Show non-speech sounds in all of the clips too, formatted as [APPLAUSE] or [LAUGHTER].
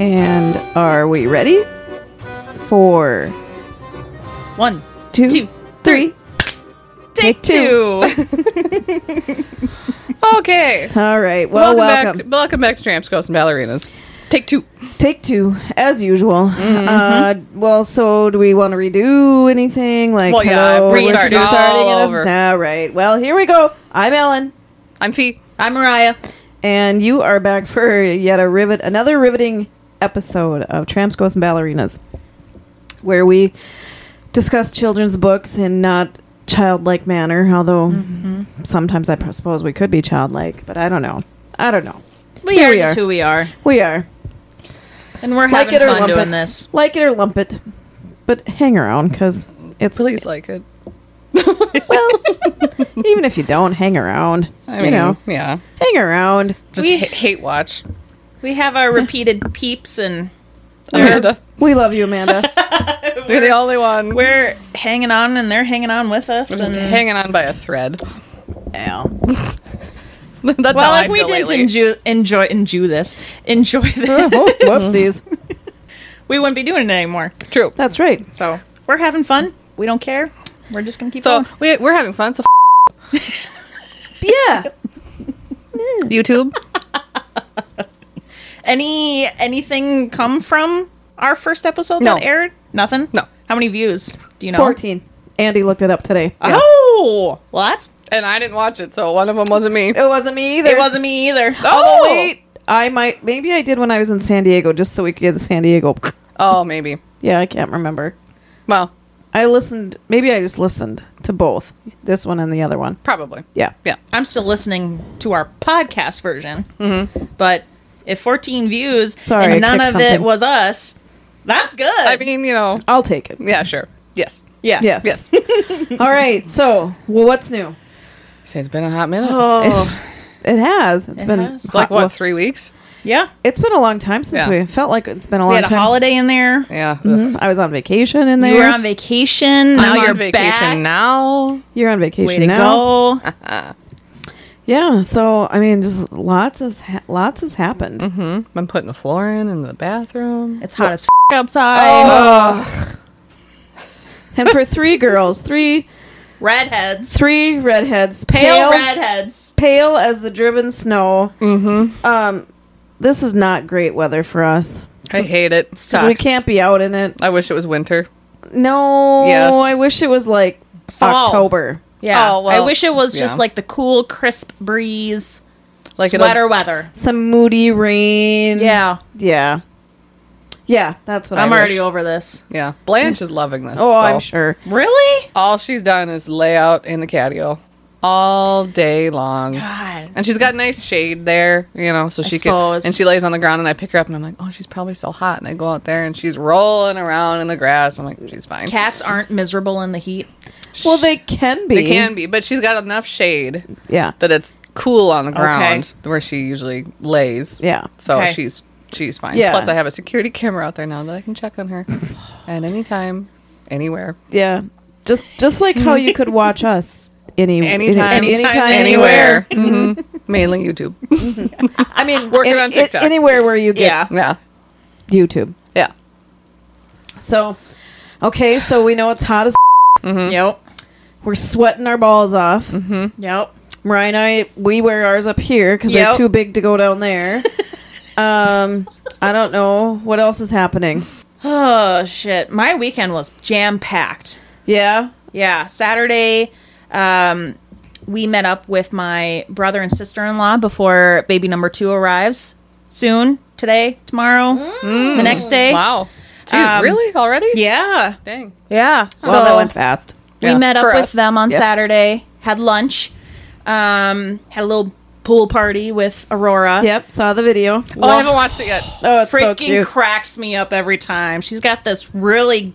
And are we ready? Four, One, two, Two, three. Take take two. two. [LAUGHS] [LAUGHS] okay. All right. Well, welcome. back. Welcome back to Tramps, Ghosts, and Ballerinas. Take two. Take two, as usual. Mm-hmm. Uh, well, so do we want to redo anything? Like, Well, yeah, hello, we're restart starting it all it up? over. All right. Well, here we go. I'm Ellen, I'm Fee. I'm Mariah. and you are back for yet a rivet, another riveting episode of Tramps, Ghosts, and Ballerinas, where we discuss children's books in not childlike manner. Although Mm-hmm. sometimes I suppose we could be childlike, but I don't know. I don't know. We Here are we just are. who we are, We are and we're Like having it or fun lump doing it. this. like it or lump it, but hang around because it's [LAUGHS] Please like it. well, [LAUGHS] even if you don't hang around, I you mean, know, yeah. hang around. Just We- ha- hate watch. We have our repeated [LAUGHS] peeps, and Amanda. We love you, [LAUGHS] Amanda. You're the only one. We're we're hanging on, and they're hanging on with us. just And hanging on by a thread. [LAUGHS] That's how well, I if we feel didn't lately. enjoy, enjoy, enjoy this, enjoy [LAUGHS] this, oh, [LAUGHS] whoopsies. we wouldn't be doing it anymore. True. That's right. So we're having fun. We don't care. We're just gonna keep So going. we, we're having fun. So [LAUGHS] Yeah. f- [LAUGHS] YouTube. Any anything come from our first episode No. that aired? Nothing. No. How many views do you know? 14. Andy looked it up today. Oh, well, that's And I didn't watch it, so one of them wasn't me. It wasn't me either. it wasn't me either. Oh, Oh! wait. I might. Maybe I did when I was in San Diego, just so we could get the San Diego. Oh, maybe. Yeah, I can't remember. Well, I listened. Maybe I just listened to both this one and the other one. probably. Yeah. Yeah. I'm still listening to our podcast version, but if 14 views Sorry, I and none clicked of it something. was us, that's good. I mean, you know. I'll take it. Yeah, sure. Yes. yeah, Yes. Yes. [LAUGHS] All right. So, well, what's new? [LAUGHS] Say it's been a hot minute. Oh, It has. It's It been has. It's like hot- well, what three weeks? yeah. It's been a long time since Yeah. we felt like it's been a We long had a time. holiday in there. Yeah. [LAUGHS] I was on vacation in there. You were on vacation. Now Mm-hmm. I'm you're on back. vacation now. You're on vacation Way to now. go. Yeah. So I mean, just lots has ha- lots has happened. I'm putting the floor in in the bathroom. It's hot as f- outside. Oh. And for three girls, three Redheads. three redheads, pale Pale redheads. pale as the driven snow. Mm-hmm. Um, this is not great weather for us. I hate it. 'Cause Sucks. We can't be out in it. I wish it was winter. No. Yes. I wish it was like Fall. October. Yeah. Oh, well, I wish it was yeah. just like the cool, crisp breeze, like Like it'll- sweater weather. Some moody rain. Yeah. Yeah. Yeah. That's what I I'm wish. already over this. Yeah. Blanche is loving this. Oh, though. I'm sure. Really? All she's done is lay out in the catio all day long. God. And she's got nice shade there, you know, so she can. suppose. And she lays on the ground, and I pick her up, and I'm like, "Oh, she's probably so hot." And I go out there, and she's rolling around in the grass. I'm like, "She's fine." Cats aren't miserable in the heat. Well, they can be. They can be, but she's got enough shade Yeah. that it's cool on the ground where she usually lays. Yeah. So Okay. she's she's fine. Yeah. Plus I have a security camera out there now that I can check [LAUGHS] on her at any time, anywhere. Yeah. Just just like how you could watch us any [LAUGHS] Anytime, any- anytime, anywhere. [LAUGHS] Mhm. Mainly YouTube. I mean, Working any- on TikTok. anywhere where you get yeah. YouTube. Yeah. So, okay, so we know it's hot as. Yep. We're sweating our balls off. Mm-hmm. Yep. Mariah and I, we wear ours up here because Yep. they're too big to go down [LAUGHS] there. um, I don't know what else is happening. Oh shit. My weekend was jam packed. Yeah, Yeah. Saturday, um, we met up with my brother and sister in law before baby number two arrives soon. Today, tomorrow, the next day. Wow. Jeez, Um, really? Already? Yeah. Dang. Yeah. so that went fast. we Yeah, met up for with us. them on Yeah. Saturday, had lunch, um, had a little pool party with Aurora. Yep, saw the video. Oh, I haven't watched it yet. Oh, it's so freaking cute. cracks me up every time. She's got this really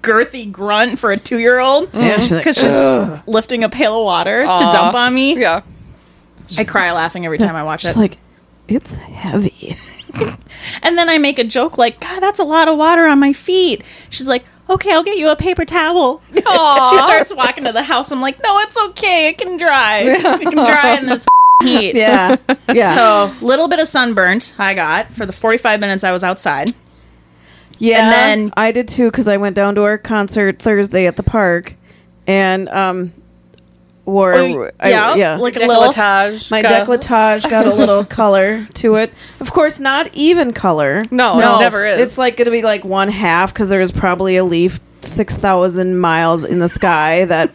girthy grunt for a two year old Yeah, she's like, because she's lifting a pail of water to Aw. dump on me. Yeah. I cry laughing every time I watch it. She's like, it's [LAUGHS] heavy. and then I make a joke like, God, that's a lot of water on my feet. She's like, Okay, I'll get you a paper towel. [LAUGHS] she starts walking to the house. I'm like, No, it's okay. It can dry. It can dry in this heat. Yeah. Yeah. So little bit of sunburnt I got for the 45 minutes I was outside. Yeah, And then- I did too because I went down to our concert Thursday at the park, and um, wore Oh, I- yeah, like a little- Decolletage. my Go. decolletage got a [LAUGHS] little color to it. Of course, not even color. No, No. it never is. It's like going to be like one half because there was probably a leaf six thousand miles in the sky [LAUGHS] that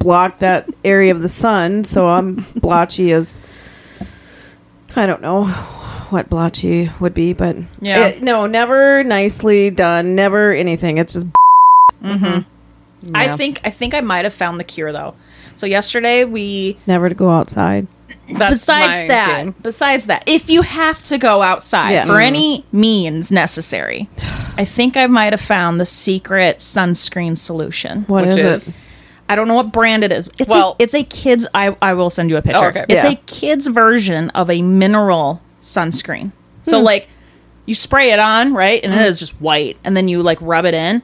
blocked that area of the sun. So I'm blotchy as I don't know what blotchy would be, but Yeah. It- no, never nicely done, never anything. It's just I think I think I might have found the cure though. So yesterday we never to go outside. That's my besides that, thing. besides that, if you have to go outside Yeah. for any means necessary, I think I might have found the secret sunscreen solution. What Which is is- it? I don't know what brand it is. It's Well- a, it's a kids. I I will send you a picture. Oh, okay. It's Yeah. a kids version of a mineral sunscreen. So like, you spray it on right, and it is just white, and then you like rub it in,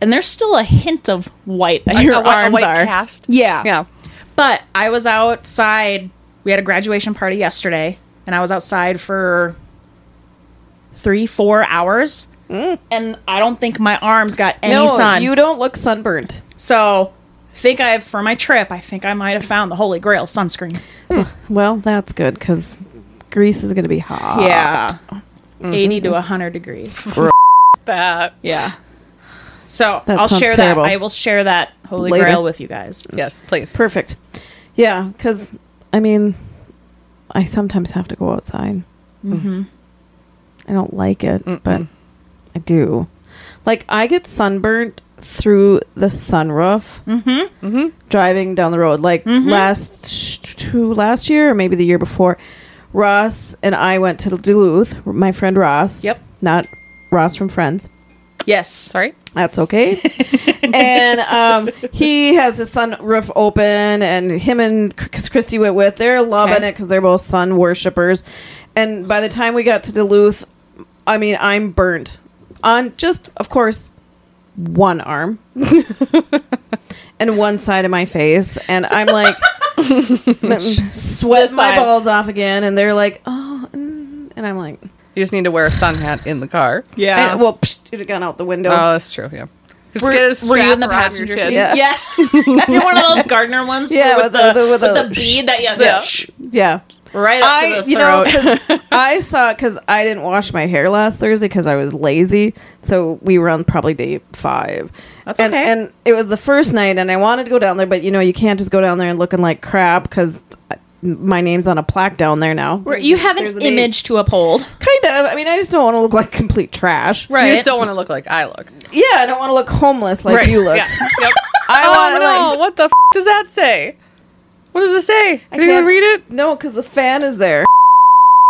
and there's still a hint of white that Like your a whi- a arms white are. cast? Yeah, Yeah. But I was outside. We had a graduation party yesterday, and I was outside for three, four hours, and I don't think my arms got any Mm. no, sun. you don't look sunburnt. So, I think I've for my trip, I think I might have found the holy grail sunscreen. [LAUGHS] Well, that's good because Greece is going to be hot. eighty to hundred [LAUGHS] degrees. That. Yeah. So That I'll sounds share terrible. that. I will share that holy Later. grail with you guys. Yes, please. Perfect. Yeah, because I mean, I sometimes have to go outside. Mm-hmm. I don't like it, but I do. Like I get sunburnt through the sunroof Mm-hmm. Mm-hmm. driving down the road. Like last sh- two last year or maybe the year before, Ross and I went to Duluth. My friend Ross. Yep. Not Ross from Friends. Yes. Sorry. That's okay. and um, he has his sunroof open, and him and because Christy went with, they're loving Okay. it because they're both sun worshippers. And by the time we got to Duluth, I mean, I'm burnt on just, of course, one arm and one side of my face, and I'm like, [LAUGHS] sweat This my side. balls off again, and they're like, oh, mm," and I'm like, You just need to wear a sun hat in the car. and, well, psh, it had gone out the window. Oh, that's true. Yeah. Just Were, get a were you strap in around your the passenger chin. seat? Yeah. [LAUGHS] You're one of those gardener ones. Yeah, with, with the, the- the- with with the, the bead that you have Yeah. yeah. right up I, to the throat. you know, 'cause I saw because I didn't wash my hair last Thursday because I was lazy. So we were on probably day five. That's and, okay. And it was the first night, and I wanted to go down there, but you know, you can't just go down there and looking like crap because my name's on a plaque down there now. [LAUGHS] Where you have There's an an image to uphold, Kind of. I mean, I just don't want to look like complete trash. right? You just don't want to look like I look. Yeah, I don't want to look homeless like you look. Yeah. Yep. [LAUGHS] I oh want to no! like. what the f- does that say? What does it say? I Can anyone can't- read it? No, because the fan is there.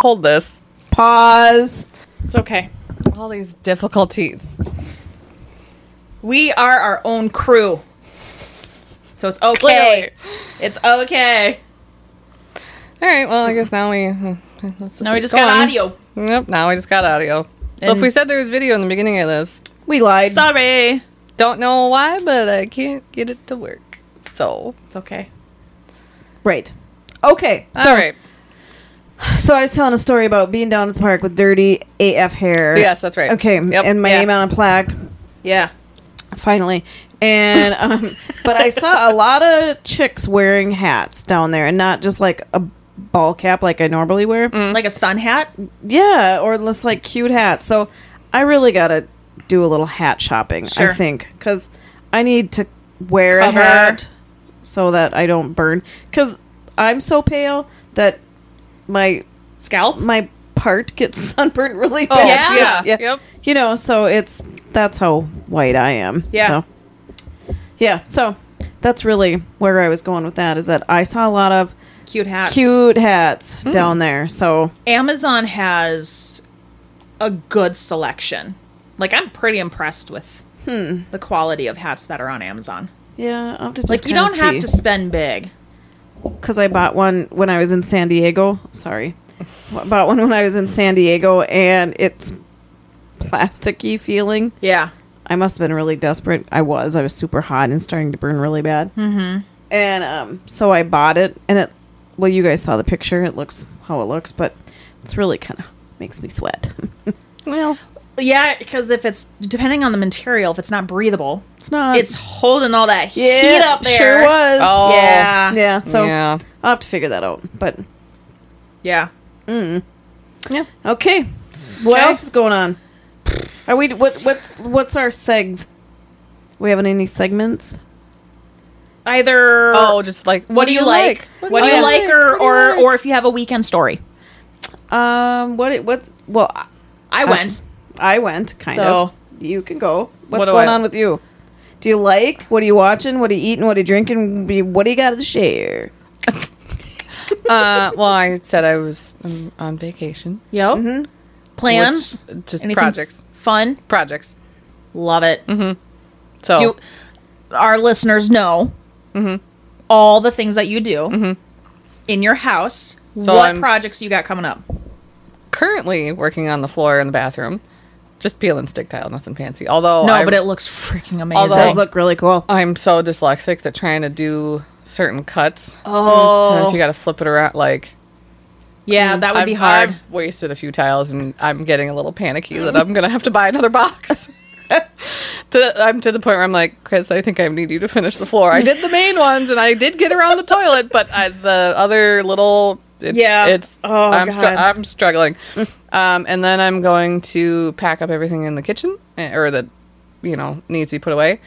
Hold this. Pause. it's okay. All these difficulties. We are our own crew. So it's okay. Clearly. It's okay. All right. Well, I guess now we. hmm, Let's just Now we keep just got going. audio. Yep. Now we just got audio. So if And- we said there was video in the beginning of this, We lied. Sorry. don't know why, but I can't get it to work. So It's okay. right. Okay. So all right. So I was telling a story about being down at the park with dirty AF hair. Yes, that's right. Okay, Yep. and my Yeah. name on a plaque, Yeah. finally. And [LAUGHS] um, but I saw a lot of chicks wearing hats down there, and not just like a ball cap like I normally wear. Like a sun hat? Yeah, or just like cute hats. So I really gotta do a little hat shopping. Sure. I think because I need to wear Cover. a hat so that I don't burn. Because I'm so pale that my Scalp? my part gets [LAUGHS] sunburned really Oh, bad. yeah. Yep. You know, so it's that's how white I am. Yeah. So. Yeah. So that's really where I was going with that is that I saw a lot of Cute hats. cute hats down there. So Amazon has a good selection. Like I'm pretty impressed with the quality of hats that are on Amazon. yeah, I'll have to just like you don't have to spend big. because I bought one when I was in San Diego. Sorry, [LAUGHS] I bought one when I was in San Diego, and it's plasticky feeling. Yeah. I must have been really desperate. I was. I was super hot and starting to burn really bad. Mm-hmm. And um, so I bought it, and it well, you guys saw the picture. It looks how it looks, but it's really kind of makes me sweat. Well, Yeah, because if it's depending on the material, if it's not breathable, [LAUGHS] it's not. it's holding all [LAUGHS] that yeah, heat up there. Sure was. Oh. Yeah. Yeah. So yeah, I'll have to figure that out. But Yeah. yeah. okay, what Okay. else is going on? Are we what what's what's our segs? We having any segments? Either Oh, just like what, what do you like? What do you Oh, like, yeah. or What do you or like? or if you have a weekend story? Um, what it what? Well, I- I went. I went kind So- of. You can go. What's What do going I- on with you? Do you like? What are you watching? What are you eating? What are you drinking? Be- What do you got to share? uh, well, I said I was um, on vacation. Yep. Plans. Which- just Anything projects, Fun. projects. Love it. So You, our listeners know Mm-hmm. all the things that you do in your house. So what I'm- projects you got coming up? currently working on the floor in the bathroom, just peel and stick tile, nothing fancy. Although No, I'm, but it looks freaking amazing. It Although- does look really cool. I'm so dyslexic that trying to do certain cuts, and if oh, you got to flip it around, like yeah, that Mm-hmm. would I've, be hard. I've wasted a few tiles, and I'm getting a little panicky that I'm gonna have to buy another box. [LAUGHS] to, I'm to the point where I'm like, Chris, I think I need you to finish the floor. I did the main ones, and I did get around the toilet, but I, the other little, it's, Yeah. it's Oh, I'm, str- God. I'm struggling. um, and then I'm going to pack up everything in the kitchen, eh, or that you know needs to be put away,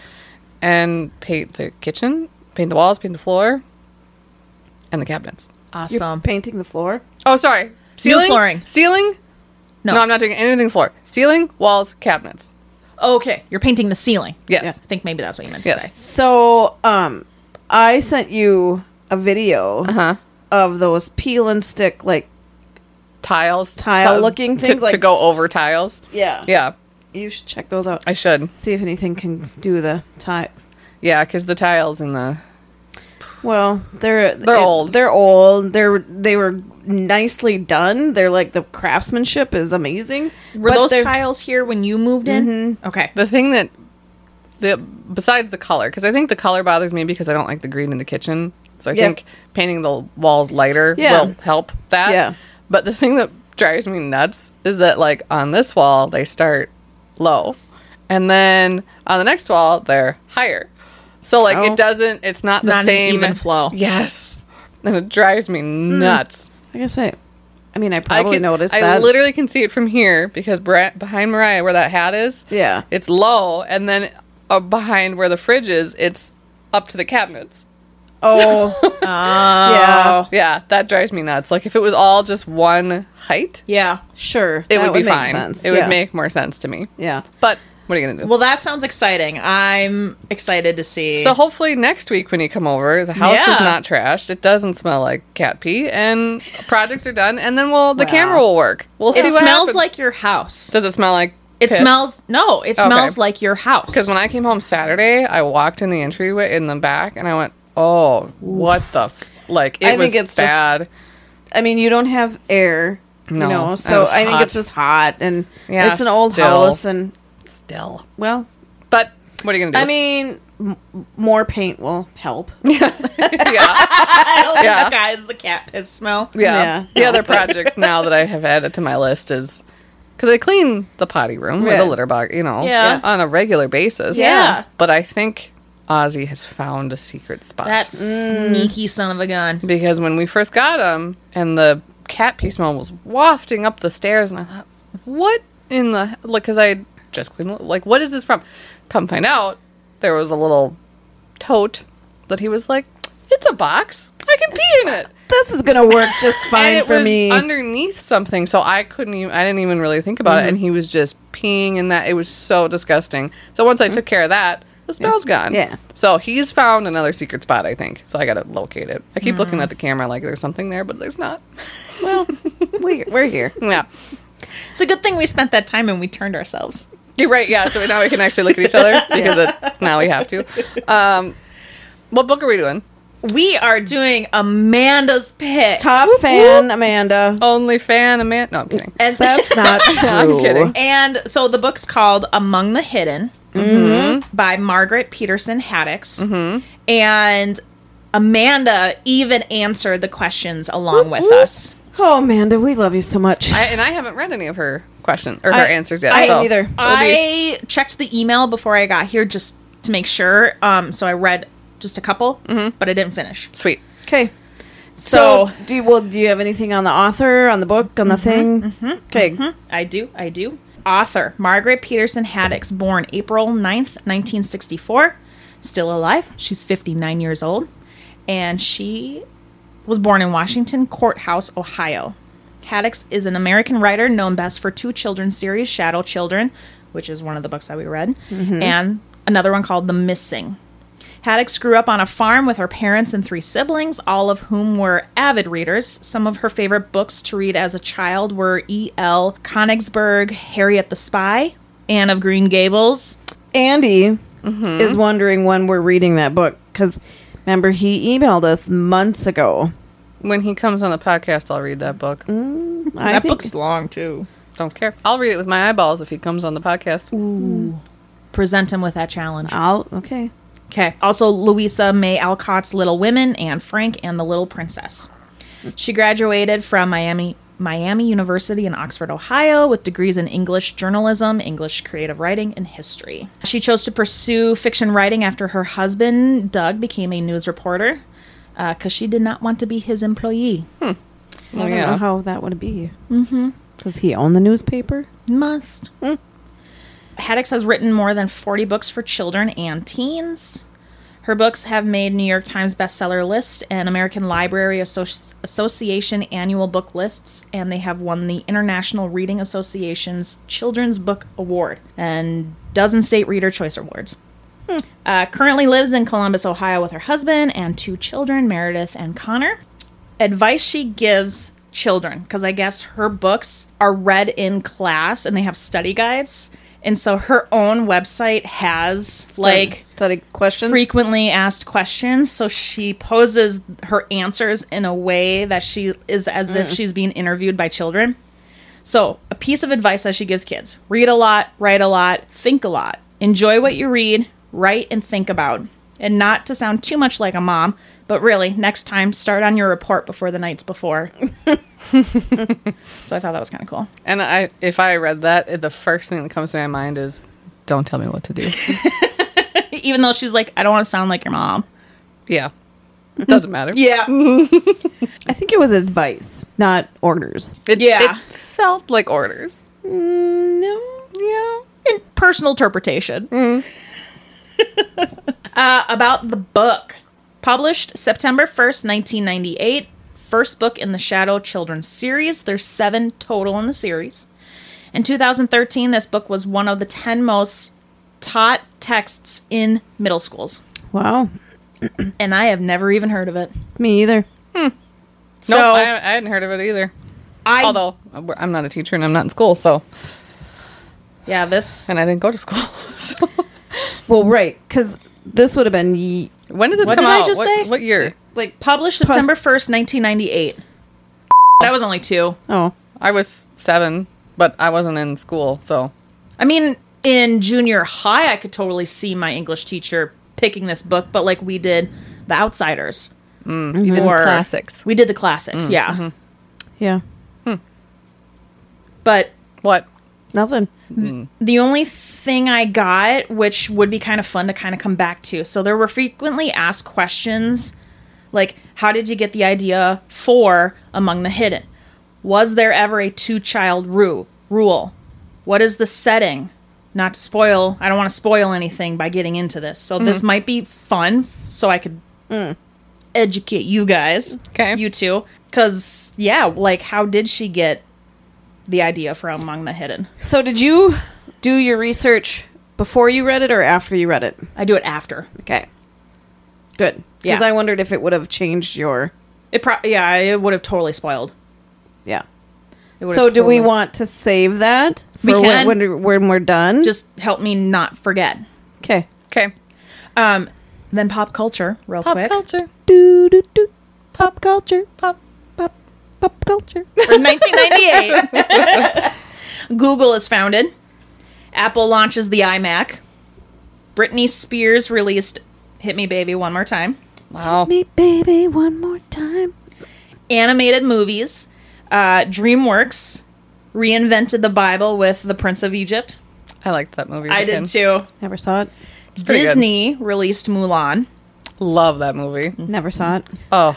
and paint the kitchen, paint the walls, paint the floor, and the cabinets. You're awesome. painting the floor. Oh, sorry. Ceiling flooring. Ceiling? No. No. I'm not doing anything floor. Ceiling, walls, cabinets. okay, you're painting the ceiling. Yes. I think maybe that's what you meant to Yes. say. So, um, I sent you a video Uh huh. of those peel and stick like Tiles, Tile to- looking to, things, to like- go over tiles. yeah. Yeah, You should check those out. I should. See if anything can do the tie. Yeah, because the tiles in the Well, they're They're old. They're old. They're they were nicely done. They're like the craftsmanship is amazing. Were But those they're- tiles here when you moved in? Okay. Mm-hmm. the thing that the besides the color, because I think the color bothers me because I don't like the green in the kitchen. So I Yeah. think painting the walls lighter Yeah. will help that. Yeah. But the thing that drives me nuts is that like on this wall they start low, and then on the next wall they're higher. So like Oh. it doesn't. It's not the Not an same even flow. Yes. And it drives me nuts. I guess I. I mean, I probably I can, Hmm. noticed I that. literally can see it from here because Bra- behind Mariah, where that hat is, [LAUGHS] Yeah. it's low, and then uh, behind where the fridge is, it's up to the cabinets. oh, yeah, Oh. Yeah, that drives me nuts. Like if it was all just one height, Yeah. sure. it that would be make fine. sense. It yeah. would make more sense to me. yeah. But what are you gonna do? Well, that sounds exciting. I'm excited to see. so hopefully next week when you come over, the house is Yeah. not trashed. It doesn't smell like cat pee, and projects are done. And then we'll the Wow. camera will work. We'll see it what smells happens. like your house. Does it smell like? It piss? smells no. It Okay. smells like your house. [LAUGHS] Because when I came home Saturday, I walked in the entryway in the back, and I went, "Oh, what the f-? like?" It I think was it's just- bad. I mean, you don't have air, No, you know, and so it's I think hot. it's just hot and Yeah, it's an old still. house and Still, well, but what are you gonna do? I mean, m- more paint will help. [LAUGHS] [LAUGHS] yeah, yeah. Yeah. disguise the cat piss smell. Yeah. yeah. The other project now that I have added to my list is because I clean the potty room or Yeah. the litter box, you know, Yeah. on a regular basis. Yeah. but I think Ozzy has found a secret spot. That sneaky son of a gun. because when we first got him and the cat pee smell was wafting up the stairs and i thought what in the like because i just cleaned the- like what is this from come find out there was a little tote that he was like it's a box i can pee in it This is gonna work just fine [LAUGHS] and it for was me. underneath something so i couldn't even i didn't even really think about it and Mm-hmm. he was just peeing in that it was so disgusting so once i took care of that the smell's gone Mm-hmm. Yeah. so he's found another secret spot i think so i gotta locate it i keep Mm-hmm. looking at the camera like there's something there but there's not [LAUGHS] [LAUGHS] well, we, we're here. yeah It's a good thing we spent that time and we turned ourselves. you're right yeah so now we can actually look at [LAUGHS] each other because it, now we have to um what book are we doing We are doing Amanda's Pit. Top fan Amanda. only fan a man no i'm kidding [LAUGHS] and That's not true. Oh. i'm kidding [LAUGHS] And so the book's called Among the Mm-hmm. Hidden by Margaret Peterson Haddix. And Amanda even answered the questions along with us. Oh, Amanda, we love you so much. I, and I haven't read any of her questions or her I- answers yet. I so neither. it'll be- I checked the email before I got here just to make sure. Um, so I read just a couple, Mm-hmm. but I didn't finish. sweet. Okay. So, So, Mm-hmm, do you well, do you have anything on the author, on the book, on the thing? Okay. I do, I do. Author Margaret Peterson Haddix, born April 9th, 1964, still alive. She's 59 years old, and she was born in Washington Courthouse, Ohio. Haddix is an American writer known best for two children's series, Shadow Children, which is one of the books that we read, and another one called The Missing. Haddix grew up on a farm with her parents and three siblings, all of whom were avid readers. Some of her favorite books to read as a child were E.L. Konigsberg, Harriet the Spy, Anne of Green Gables. Andy is wondering when we're reading that book cuz remember he emailed us months ago. When he comes on the podcast, I'll read that book. Mm. I think long, too. Don't care. I'll read it with my eyeballs if he comes on the podcast. Present him with that challenge. I'll okay. Okay. Also, Louisa May Alcott's Little Women, Anne Frank, and The Little Princess. She graduated from Miami Miami University in Oxford, Ohio, with degrees in English journalism, English creative writing, and history. She chose to pursue fiction writing after her husband Doug became a news reporter because she did not want to be his employee. I Well, don't know yeah. how that would be. Mhm. Does he own the newspaper? Must. Haddix has written more than 40 books for children and teens. Her books have made New York Times bestseller list and American Library Associ- Association annual book lists, and they have won the International Reading Association's Children's Book Award and dozen state Reader Choice Awards. Uh, currently lives in Columbus, Ohio, with her husband and two children, Meredith and Connor advice she gives children because I guess her books are read in class and they have study guides. And so her own website has like study questions. frequently asked questions. So she poses her answers in a way that she is as if she's being interviewed by children. So, a piece of advice that she gives kids read a lot, write a lot, think a lot. Enjoy what you read, write, and think about. And not to sound too much like a mom, but really, next time, start on your report before the nights before. so, I thought that was kind of cool. And I, if I read that, it- the first thing that comes to my mind is, "Don't tell me what to [LAUGHS] do." Even though she's like, I don't want to sound like your mom. yeah, it doesn't matter. Yeah. I think it was advice, not orders. it, Yeah. It felt like orders. Mm, no. Yeah. in personal interpretation. [LAUGHS] uh, about the book. Published September 1st, 1998. First book in the Shadow Children's series. There's seven total in the series. In 2013, this book was one of the 10 most taught texts in middle schools. Wow. And I have never even heard of it. Me either. No, so I, I hadn't heard of it either. I- Although I'm not a teacher and I'm not in school, so yeah, this. and I didn't go to school. [LAUGHS] So Well, right, cuz this would have been ye- when did this What come did I out? just what, say? what year? like Published September 1st, 1998. That was only two. oh, I was seven, but I wasn't in school, so I mean, in junior high, I could totally see my English teacher picking this book, but like we did The Outsiders. you did Or- classics. We did the classics, yeah. yeah. But What? Nothing. the only thing I got, which would be kind of fun to kind of come back to, so there were frequently asked questions like, how did you get the idea for Among the Hidden? Was there ever a two child ru- rule? What is the setting? Not to spoil, I don't want to spoil anything by getting into this. So this might be fun, f- so I could educate you guys. 'Kay. You two. Because, yeah, like, how did she get the idea for Among the Hidden? So did you do your research before you read it or after you read it? I do it after. Okay. Good. Because Yeah. I wondered if it would have changed your It pro- yeah, it would have totally spoiled. yeah. It So would have do we totally- want to save that for We when, can. when when we're done? just help me not forget? okay. Okay. Um, then pop culture, real Pop quick. culture. Do do do. Pop culture. Pop. Pop pop [LAUGHS] culture. From 1998, [LAUGHS] Google is founded. Apple launches the iMac. Britney Spears released "Hit Me, Baby" one more time. Wow. Me, baby, one more time. animated movies. Uh, DreamWorks reinvented the Bible with The Prince of Egypt. I liked that movie. I did Lincoln. too. Never saw it. pretty good. Disney released Mulan. Love that movie. Never saw it. Oh,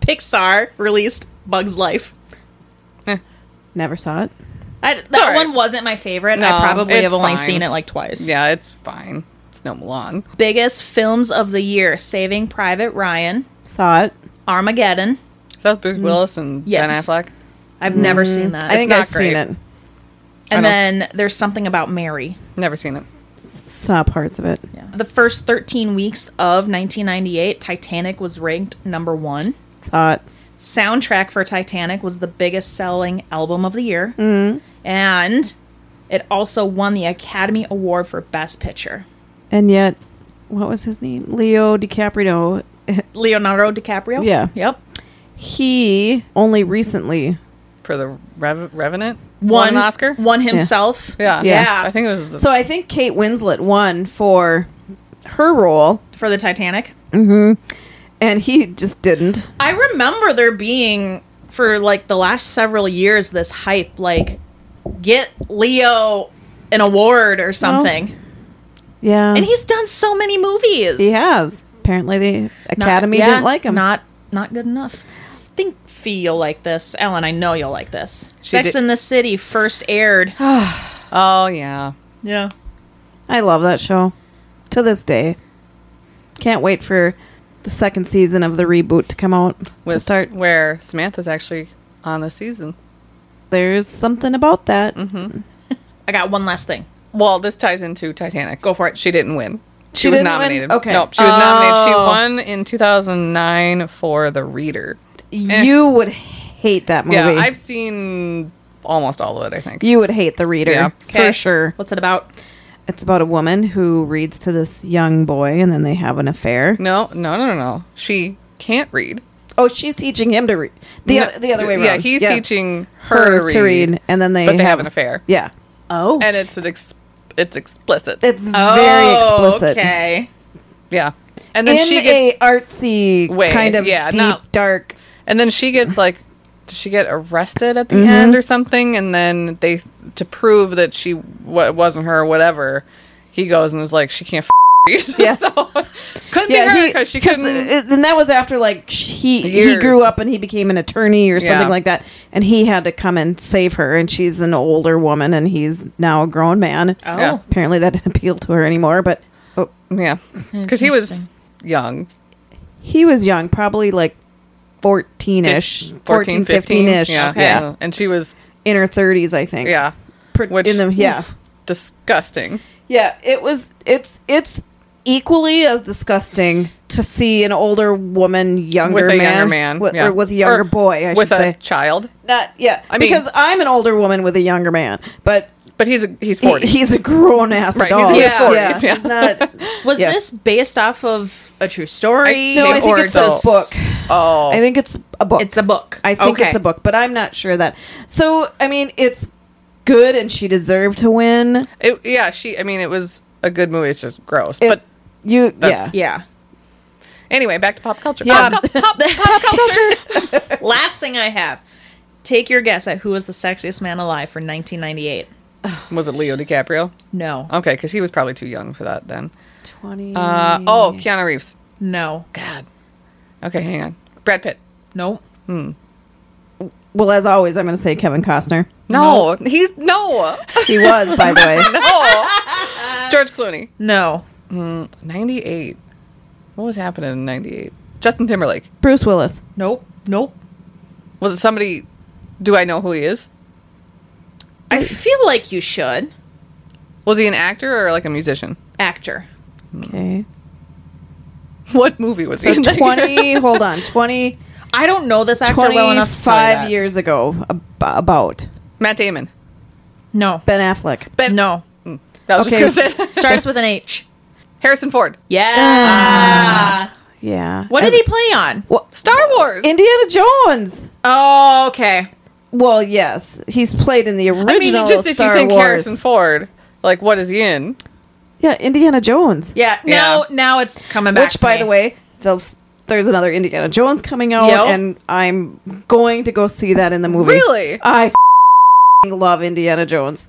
Pixar released Bugs Life. Never saw it. I, that all right. one wasn't my favorite. No, I probably it's have only fine. seen it like twice. yeah, it's fine. It's no Milan. Biggest films of the year: Saving Private Ryan, Saw it. Armageddon. Is that Mm. Bruce Willis and Yes. Ben Affleck? I've never seen that. I think not I've seen great. it. and Mm, I then there's something about Mary. Never seen it. Saw parts of it. The first 13 weeks of 1998, Titanic was ranked number one. Saw it. soundtrack for Titanic was the biggest selling album of the year, Mm-hmm. and it also won the Academy Award for Best Picture. And yet, what was his name? Leo DiCaprio. Leonardo DiCaprio. Yeah. Yep. He only recently. For the Rev- Revenant? Won, an Oscar? Won himself. Yeah. Yeah. I think it was the So I think Kate Winslet won for her role, for the Titanic. and he just didn't. I remember there being for like the last several years this hype like get Leo an award or something. Yeah. And he's done so many movies. um, He has. Apparently, the Not- Academy yeah, didn't like him. Not not good enough. I think Fee, you'll like this. Ellen, I know you'll like this. Sex did- in the City first [GASPS] aired. Oh yeah. yeah. I love that show to this day. Can't wait for the second season of the reboot to come out. to With start, where Samantha's actually on the season. there's something about that. Mm-hmm. I got one last thing. Well, this ties into Titanic. Go for it. She didn't win. She She, was didn't win? nominated. Okay. Nope. She was nominated. She Oh. won in 2009 for The Reader. You would hate that movie. Yeah, I've seen almost all of it. I think. you would hate the reader Yeah. for 'Kay. sure. What's it about? It's about a woman who reads to this young boy, and then they have an affair. No, no, no, no, no. She can't read. Oh, she's teaching him to read. The No, oth- the other way around. Yeah, he's teaching her, her, to read, and then they but they have an affair, Yeah, Oh. and it's an ex- it's explicit. Oh, it's very explicit. Okay. yeah, and then in she gets a artsy Way, kind of yeah, deep not- dark and then she gets like does she get arrested at the Mm-hmm. end or something? And then they to prove that she wa wasn't her, or whatever. He goes and is like, she can't f- read. [LAUGHS] Yeah. so couldn't be her yeah because she because couldn't. then that was after like sh- he he Years. grew up and he became an attorney or something Yeah. like that and he had to come and save her and she's an older woman and he's now a grown man Oh. Yeah. apparently that didn't appeal to her anymore but oh, yeah, because he was young. he was young probably like 14ish 14 15ish Yeah. yeah. yeah. And she was, in her 30s i think yeah. Pr- Which, in the, yeah oof, disgusting. Yeah, it was. It's it's equally as disgusting to see an older woman, younger With a man, younger man. with, yeah. or with a younger Or boy. I with should a say. child. Not yeah, I mean- because I'm an older woman with a younger man, but But he's a, he's he- 40. he's a grown ass Right, he's adult. in his yeah, 40s, yeah. he's not. Was Yeah. this based off of a true I- story? no, I think or it's a just- book. [LAUGHS] oh. I think it's [LAUGHS] a book. It's a book. I think Okay. it's a book, but I'm not sure that. So I mean, it's good, and she deserved to win. It, yeah, she, I mean, it was a good movie. It's just gross. It- but you, yeah, that's- Yeah. anyway, back to pop culture. Yeah. Pop, cul- pop, pop culture. [LAUGHS] last thing I have. Take your guess at who was the sexiest man alive for 1998. Um, was it Leo DiCaprio? No. Okay, because he was probably too young for that then. twenty. Uh, oh, Keanu Reeves. No. God. Okay, hang on. Brad Pitt. No. well, as always, I'm going to say Kevin Costner. No, he's no. [LAUGHS] He was, by the way. no. George Clooney. [LAUGHS] No. 98. What was happening in 98? Justin Timberlake. Bruce Willis. Nope. Nope. Was it somebody? Do I know who he is? I feel like you should. Was he an actor or like a musician? Actor. Okay. What movie was he So in? [LAUGHS] that year? 20, hold on, 20, I don't know this actor well enough to tell you 25 that. years ago, ab- about Matt Damon. No. Ben Affleck. Ben. No. I was just Okay. gonna say [LAUGHS] Starts with an H. Harrison Ford. Yeah. Yeah. what did he play on? Well, Star Wars. Indiana Jones. Oh, okay. Well, yes, he's played in the original I mean, just if Star you think Wars. Harrison Ford, like what is he in? yeah, Indiana Jones. Yeah. Yeah. Now, now it's coming back. Which, to by me. the way, the f- there's another Indiana Jones coming out, Yep. and I'm going to go see that in the movie. Really? I f- love Indiana Jones.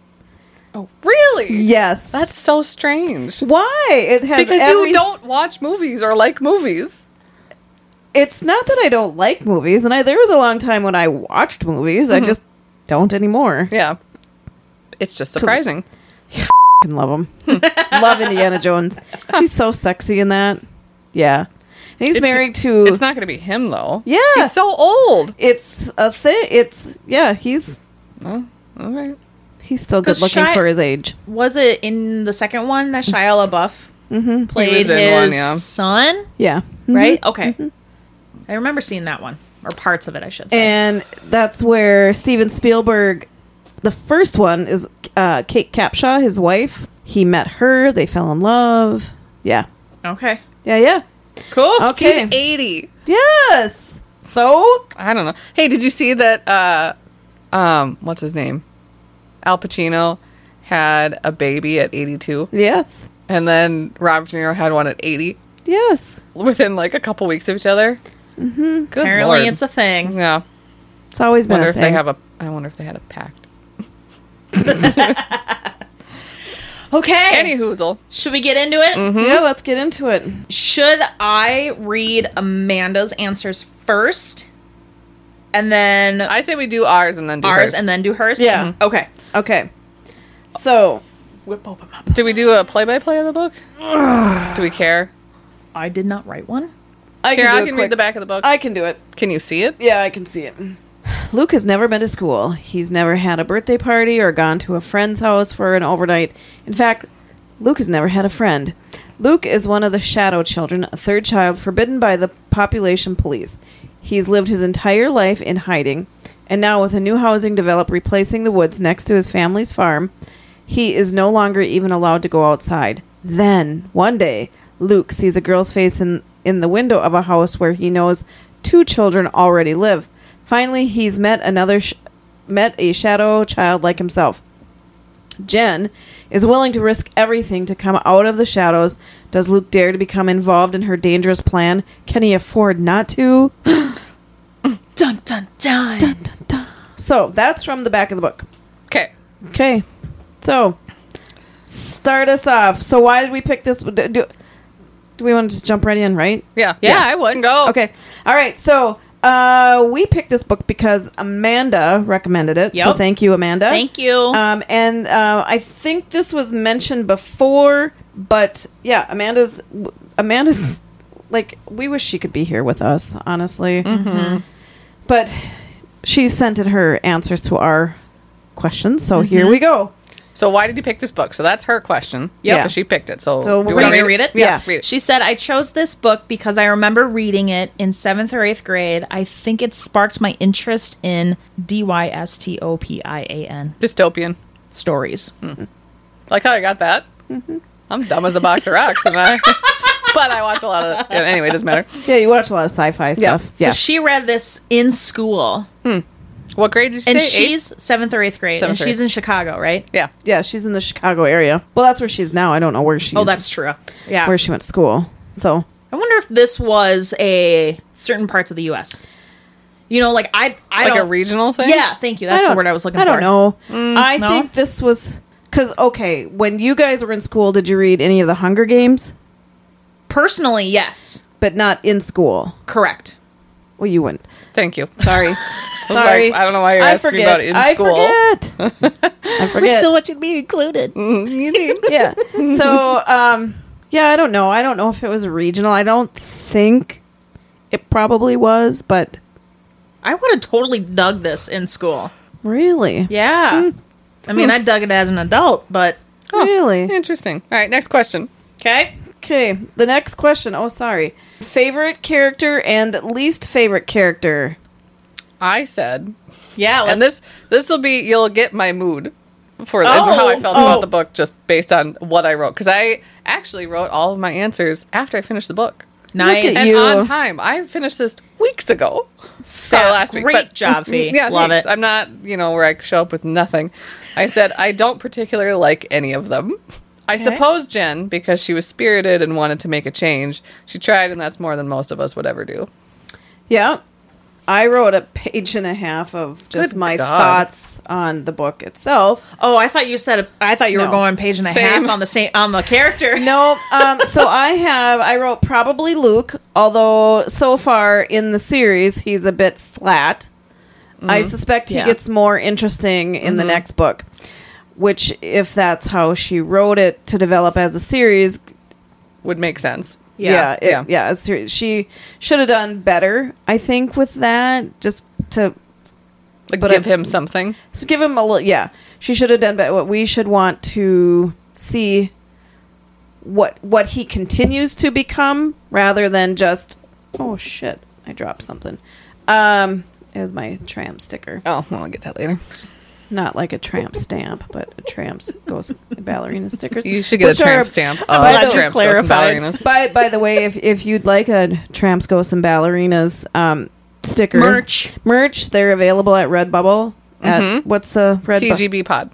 Really? Oh. Yes. That's so strange. why it has Because every- you don't watch movies or like movies. It's not that I don't like movies, and I there was a long time when I watched movies. Mm-hmm. I just don't anymore. Yeah. It's just surprising. I love [LAUGHS] him. love Indiana Jones. He's so sexy in that. Yeah, and he's It's- married to. It's not going to be him, though. Yeah. He's so old. it's a thing. It's yeah. He's Oh, all right. he's still 'Cause good looking Shia- for his age. Was it in the second one that Shia LaBeouf Mm-hmm. He played was in his one, yeah. Mm-hmm. son? Yeah. Mhm. Right? Oh, Okay. I remember seeing that one. Or parts of it, I should say. And that's where Steven Spielberg, the first one is uh, Kate Capshaw, his wife. He met her. They fell in love. Yeah. okay. Yeah. Yeah. Cool. Oh, Okay. He's 80. yes. So I don't know. Hey, did you see that? Uh, um, what's his name? Al Pacino had a baby at 82, yes. and then Robert De Niro had one at 80 Yes. within like a couple weeks of each other. Mm-hmm. Good Apparently Lord. it's a thing. yeah. It's always been Wonder a if thing. they have a. I wonder if they had a pact. Okay. Mm-hmm. Any Mm-hmm. hoozle. should we get into it? hmm? Yeah. Let's get into it. Should I read Amanda's answers first? And then I say we do ours and then do ours hers. and then do hers? Yeah. Mhm. Okay. Okay. So Whip open up. do we do a play-by-play of the book? do we care? I did not write one. I Here, do I it can quick. read the back of the book. I can do it. can you see it? Yeah, I can see it. Luke has never been to school. He's never had a birthday party or gone to a friend's house for an overnight. In fact, Luke has never had a friend. Luke is one of the shadow children, a third child forbidden by the population police. He's lived his entire life in hiding, and now with a new housing developed replacing the woods next to his family's farm, he is no longer even allowed to go outside. Then, one day, Luke sees a girl's face in, in the window of a house where he knows two children already live. Finally, he's met another sh- met a shadow child like himself. Jen is willing to risk everything to come out of the shadows. Does Luke dare to become involved in her dangerous plan? Can he afford not to? Dun dun dun. So, that's from the back of the book. Okay. Okay. So, start us off. So, why did we pick this? Do, do, do we want to just jump right in, right? Yeah. Yeah, I would. Oh. Go. Okay. All right. So, uh, we picked this book because Amanda recommended it. So, Yep. thank you, Amanda. Thank you. Um, and uh, I think this was mentioned before, but yeah, Amanda's Amanda's like we wish she could be here with us, honestly. Mm-hmm. But she sent in her answers to our questions, so Mm-hmm. here we go. So why did you pick this book? So that's her question. Yep. Because She picked it. So, So do we're you gonna wanna read it? Yeah. Yeah. Read it. She said, I chose this book because I remember reading it in seventh or eighth grade. I think it sparked my interest in D Y S T O P I A N Dystopian. stories. Like how I got that. I'm dumb as a box of rocks, am I? [LAUGHS] but I watch a lot of. yeah, anyway, it doesn't matter. Yeah, you watch a lot of sci-fi stuff. Yeah. So she read this in school. What grade did you And say? Eighth? she's seventh or eighth grade. Seventh or and she's in Chicago, right? Yeah. yeah, she's in the Chicago area. Well, that's where she is now. I don't know where she's Oh, that's true. Yeah. where she went to school. So, I wonder if this was a certain parts of the U.S. You know, like I, I Like don't. a regional thing? yeah, thank you. That's the don't- word I was looking I for. Mm, don't know. I no? think this was because okay, when you guys were in school, did you read any of the Hunger Games? Personally, yes, But not in school. correct. Well, you wouldn't. Thank [LAUGHS] you. Sorry. Sorry, I don't know why you're asking me about it in I school. [LAUGHS] forget. I forget. watching me included. yeah. So, um, yeah, I don't know. I don't know if it was regional. I don't think it probably was, but I would have totally dug this in school. really, Yeah. I mean, I dug it as an adult, but really. Interesting. All right, next question. okay. Okay, the next question. Oh, sorry. Favorite character and least favorite character. I said, Yeah. and let's- this this will be you'll get my mood for and Oh, how I felt oh. about the book just based on what I wrote because I actually wrote all of my answers after I finished the book nice. Look at and you. on time. I finished this weeks ago. Fab. Or last week, Great but- job, Fee. Yeah, Love thanks. it. I'm not, you know, where I show up with nothing. I said I don't particularly like any of them. I Okay. suppose Jen, because she was spirited and wanted to make a change, she tried, and that's more than most of us would ever do. Yeah. I wrote a page and a half of just Good my God. thoughts on the book itself. Oh, I thought you said I thought you No. were going page and a Same. half on the same on the character. [LAUGHS] No, [LAUGHS] um, so I have I wrote probably Luke, although so far in the series he's a bit flat. I Mm-hmm. suspect he Yeah. gets more interesting in the next book, which if that's how she wrote it to develop as a series, Would make sense. yeah, it- yeah. yeah, a ser- she should have done better, I think, with that just to Like But give I- him something. So give him a little. Yeah, she should have done. But what we should want to see what what he continues to become, rather than just oh shit, I dropped something. Um, is my tramp sticker Oh, well, I'll get that later. not like a tramp stamp, but a tramp's goes ballerina stickers? You should get which a tramp are- stamp. Uh, of glad you tramps, those and clarified. ballerinas. By by the way, if if you'd like a tramps, ghosts, and ballerinas um sticker Merch. merch, they're available at Redbubble. At what's the red bu- TGB Pod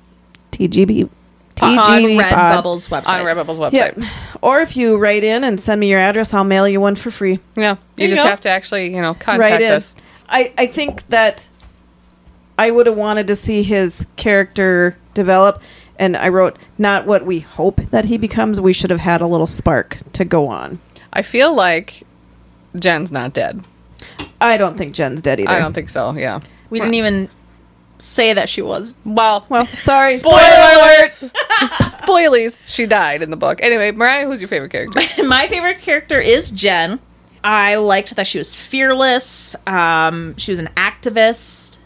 TGB. on TGB Red pod. Bubble's website. on Redbubble's website. Yep. Or if you write in and send me your address, I'll mail you one for free. Yeah, you, you just go. have to actually, you know, Write contact in. us. I, I think that I would have wanted to see his character develop. And I wrote, not what we hope that he becomes. We should have had a little spark to go on. I feel like Jen's not dead. I don't think Jen's dead either. I don't think so. Yeah. We didn't even say that she was. [LAUGHS] Well, Well, sorry. Spoiler alert! spoilies. She died in the book. Anyway, Mariah, who's your favorite character? My favorite character is Jen. I liked that she was fearless. Um, she was an activist.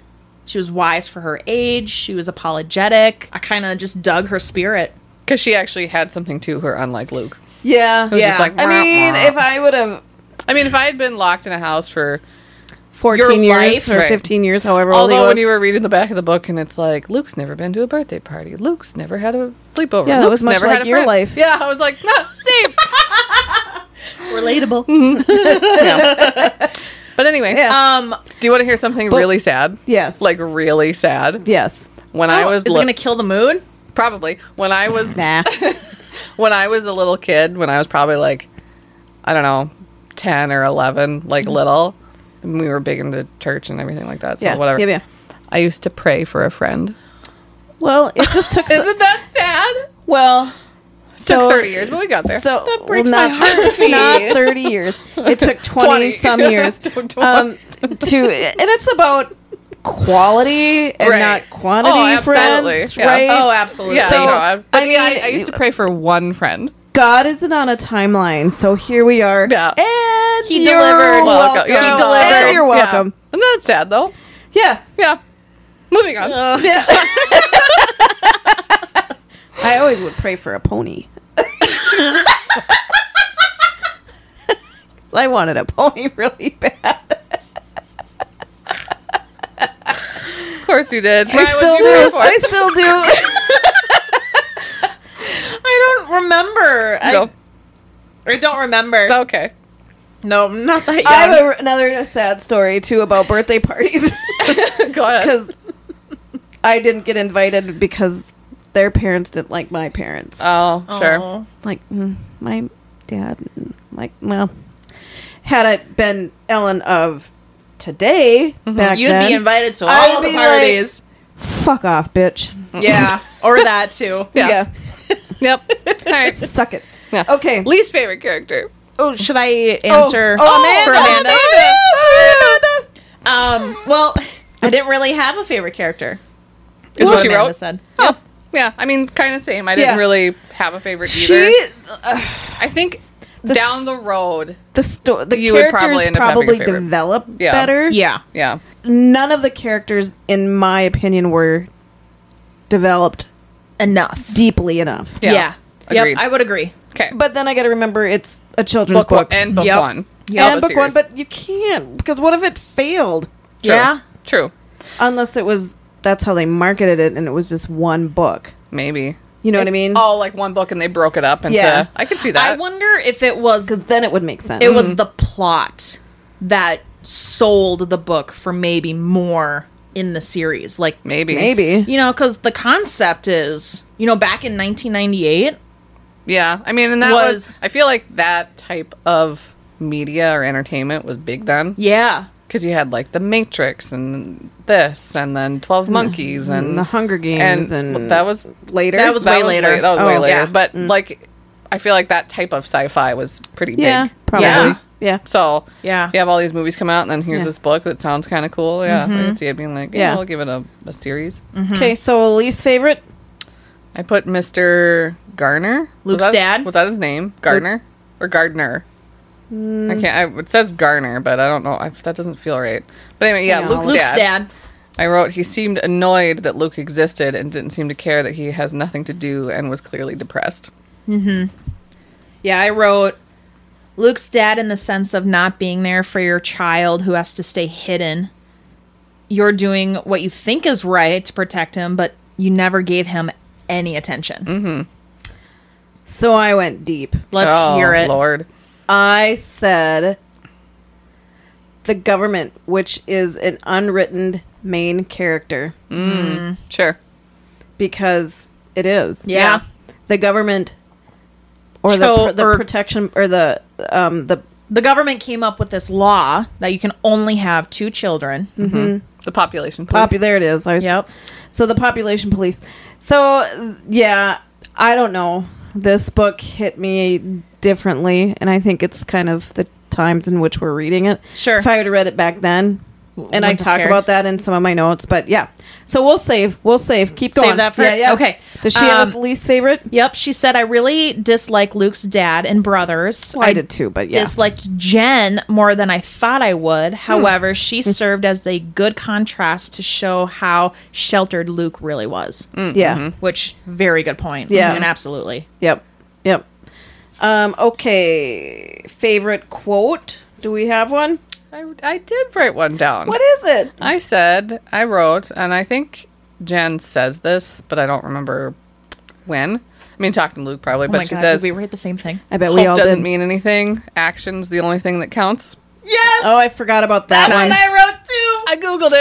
She was wise for her age. She was apologetic. I kind of just dug her spirit. Because she actually had something to her, unlike Luke. [LAUGHS] Yeah. was yeah. just like, I mean, "Wah, wah." if I would have I mean, if I had been locked in a house for 14 years life, or right. 15 years, however old he Although was. when you were reading the back of the book and it's like Luke's never been to a birthday party, Luke's never had a sleepover. Yeah, that Luke's was much never like had a your friend. life. Yeah, I was like, no, [LAUGHS] same. Relatable. but anyway, Yeah. Um, do you want to hear something really sad? yes. Oh, like really sad. [LAUGHS] yes. When I was Oh, is li- it gonna kill the mood? probably when I was [LAUGHS] Nah. when I was a little kid, when I was probably like, I don't know, 10 or 11, like Mm-hmm. little, and we were big into church and everything like that. So yeah. whatever. Yeah, yeah. I used to pray for a friend. Well, it just [LAUGHS] took. Isn't that sad? Well, Took so- 30 years, but we got [LAUGHS] there. So That breaks well, my not, heart, [LAUGHS] Fee. Not [LAUGHS] thirty years. It [LAUGHS] took twenty, 20. [LAUGHS] some years Took um, to, and it's about quality and Right. not quantity, Oh, absolutely. friends. Yeah. Right? Oh, absolutely. yeah, so, you know, I, I but yeah, I, mean- I used to pray for one friend. God isn't on a timeline, so here we are. Yeah. And He you're delivered. Welcome. Welcome. Yeah, And delivered. You're Yeah. welcome. Isn't that sad though? Yeah. Yeah. Moving on. [LAUGHS] Yeah. [LAUGHS] I always would pray for a pony. [LAUGHS] I wanted a pony [LAUGHS] really bad. of course you did. I Ryan, what'd still you pray do. for? I still [LAUGHS] do. I don't remember. No. I, I don't remember. Okay. No, I'm not that [LAUGHS] young. I have a, another sad story too about birthday parties [LAUGHS] [LAUGHS] Go ahead. because I didn't get invited because their parents didn't like my parents. Oh, sure. Oh. Like mm, my dad, mm, like well, had it been Ellen of today Mm-hmm. back You'd then, be invited to all I'd the be like- parties. fuck off, bitch. [LAUGHS] yeah, or that too. Yeah. yeah. Yep. All [LAUGHS] right. Suck it. [LAUGHS] Yeah. Okay. Least favorite character. Oh, should I answer Oh, Amanda. for Amanda? Amanda. Um, well, I didn't really have a favorite character. Is what, she Amanda wrote. said. Oh, yeah. I mean, kind of same. I Yeah. didn't really have a favorite She, either. uh, I think The down the road. the sto- the You would characters probably end up having a probably, favorite. develop Yeah. better. Yeah, Yeah. None of the characters, in my opinion, were developed enough. deeply enough. Yeah. Yeah, Agreed. yep, I would agree. Okay. But then I got to remember it's a children's book, book, one and book Yep. one. Yep. Of and a book one. series. But you can't because what if it failed? True. Yeah, True. Unless it was that's how they marketed it, and it was just one book. Maybe. You know what I mean? Oh, like one book and they broke it up into. Yeah. I could see I that. Mhm. wonder if it was Because then it would make sense. it was the plot that sold the book for maybe more in the series. Like Maybe. maybe. you know, because the concept is you know back in 1998 Yeah, I mean, and that was, Was- I feel like that type of media or entertainment was big then Yeah. because you had like The Matrix and this, and then Twelve Monkeys and and the Hunger Games, and, and, that was later. that was- way later. late- that was Oh, way later. yeah. But like, I feel like that type of sci-fi was pretty yeah, big. probably. Yeah. Yeah. So Yeah. you have all these movies come out, and then here's Yeah. this book that sounds kind of cool. Yeah, I could see it being like, yeah, Yeah. Mm. we'll give it a, a series. Okay, so least favorite. I put Mr. Garner. Luke's was that, dad? Was that his name? Gardner or Gardner? I can't. I, it says Garner, but I don't know. I, that doesn't feel right. But anyway, yeah, Hang on, Luke's, Luke's dad. dad. I wrote he seemed annoyed that Luke existed and didn't seem to care that he has nothing to do and was clearly depressed. Yeah, I wrote Luke's dad in the sense of not being there for your child who has to stay hidden. You're doing what you think is right to protect him, but you never gave him any attention. So I went deep. Let's Oh, hear it. Lord. I said the government, which is an unwritten main character, Sure. because it is. Yeah. the government or Cho- the, pr- the or- protection or the um the The government came up with this law that you can only have two children. Mm-hmm. Hmm. The population. Please. popular there it is. I was- Yep. So the population police. So yeah, I don't know. This book hit me differently, and I think it's kind of the times in which we're reading it. Sure. If I would have read it back then, and I Wouldn't have talk cared. about that in some of my notes, but yeah. So we'll save. We'll save. Keep Save going. that for- yeah, yeah. okay. Does she have his Um, least favorite? Yep, she said I really dislike Luke's dad and brothers. I did too, but yeah. disliked Jen more than I thought I Hmm. would. However, she served as a good contrast to show how sheltered Luke really was. Hmm. yeah. Which very good point. Yeah. and absolutely. Yep. Yep. Um, okay. Favorite quote? Do we have one? I, I did write one down. What is it? I said, I wrote, and I think Jen says this, but I don't remember when. I mean, talking to Luke probably, Oh but my she god, says, we write the same thing. I bet hope we all doesn't did. mean anything. Action's the only thing that counts. Yes. Oh, I forgot about that That's one. what I wrote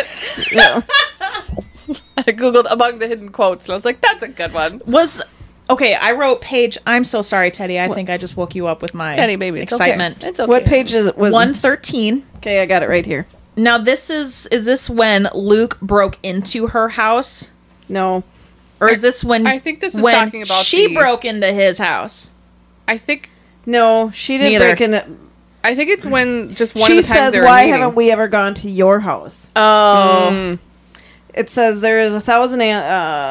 too. I Googled it. [LAUGHS] No. I Googled among the hidden quotes, and I was like, that's a good one. Was okay. I wrote page. I'm so sorry, Teddy. I think I just woke you up with my Teddy, baby. It's okay. excitement. It's okay. What page is it? Was One thirteen. Okay, I got it right here. Now this is is this when Luke broke into her house, No. or is this when I think this is when talking about she the- broke into his house? I think. No, she didn't Neither. break in. it. I think it's when just one she of the times says, they were "Why meeting. haven't we ever gone to your house?" Hmm. Oh, It says there is a thousand. an-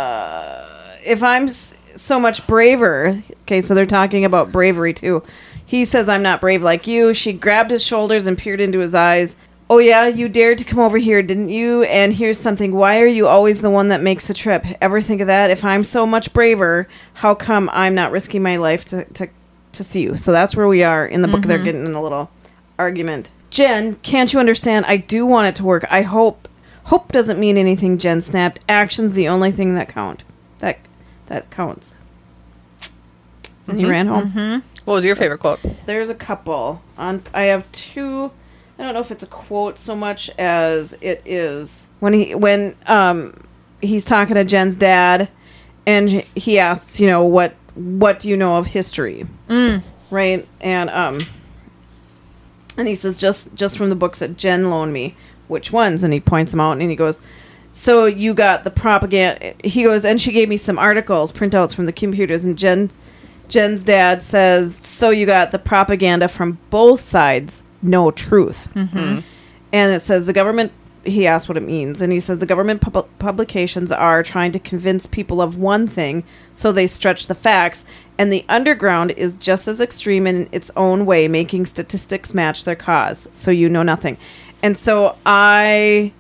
Uh, if I'm s- so much braver, okay, so they're talking about bravery too. He says, "I'm not brave like you." She grabbed his shoulders and peered into his eyes. Oh yeah, you dared to come over here, didn't you? And here's something. Why are you always the one that makes the trip? Ever think of that? If I'm so much braver, how come I'm not risking my life to to, to see you? So that's where we are in the book. They're getting in a little argument. Jen, can't you understand? I do want it to work. I hope hope doesn't mean anything, Jen snapped. Action's the only thing that count. That that counts. And he ran home. What was your favorite quote? There's a couple. On I have two I don't know if it's a quote so much as it is when he when um he's talking to Jen's dad and he asks, you know, what what do you know of history? Right? And um and he says just just from the books that Jen loaned me, which ones? And he points them out and he goes so you got the propaganda he goes and she gave me some articles printouts from the computers and jen jen's dad says so you got the propaganda from both sides no truth mm-hmm. and it says the government he asked what it means and he says the government pub- publications are trying to convince people of one thing so they stretch the facts and the underground is just as extreme in its own way making statistics match their cause so you know nothing and so i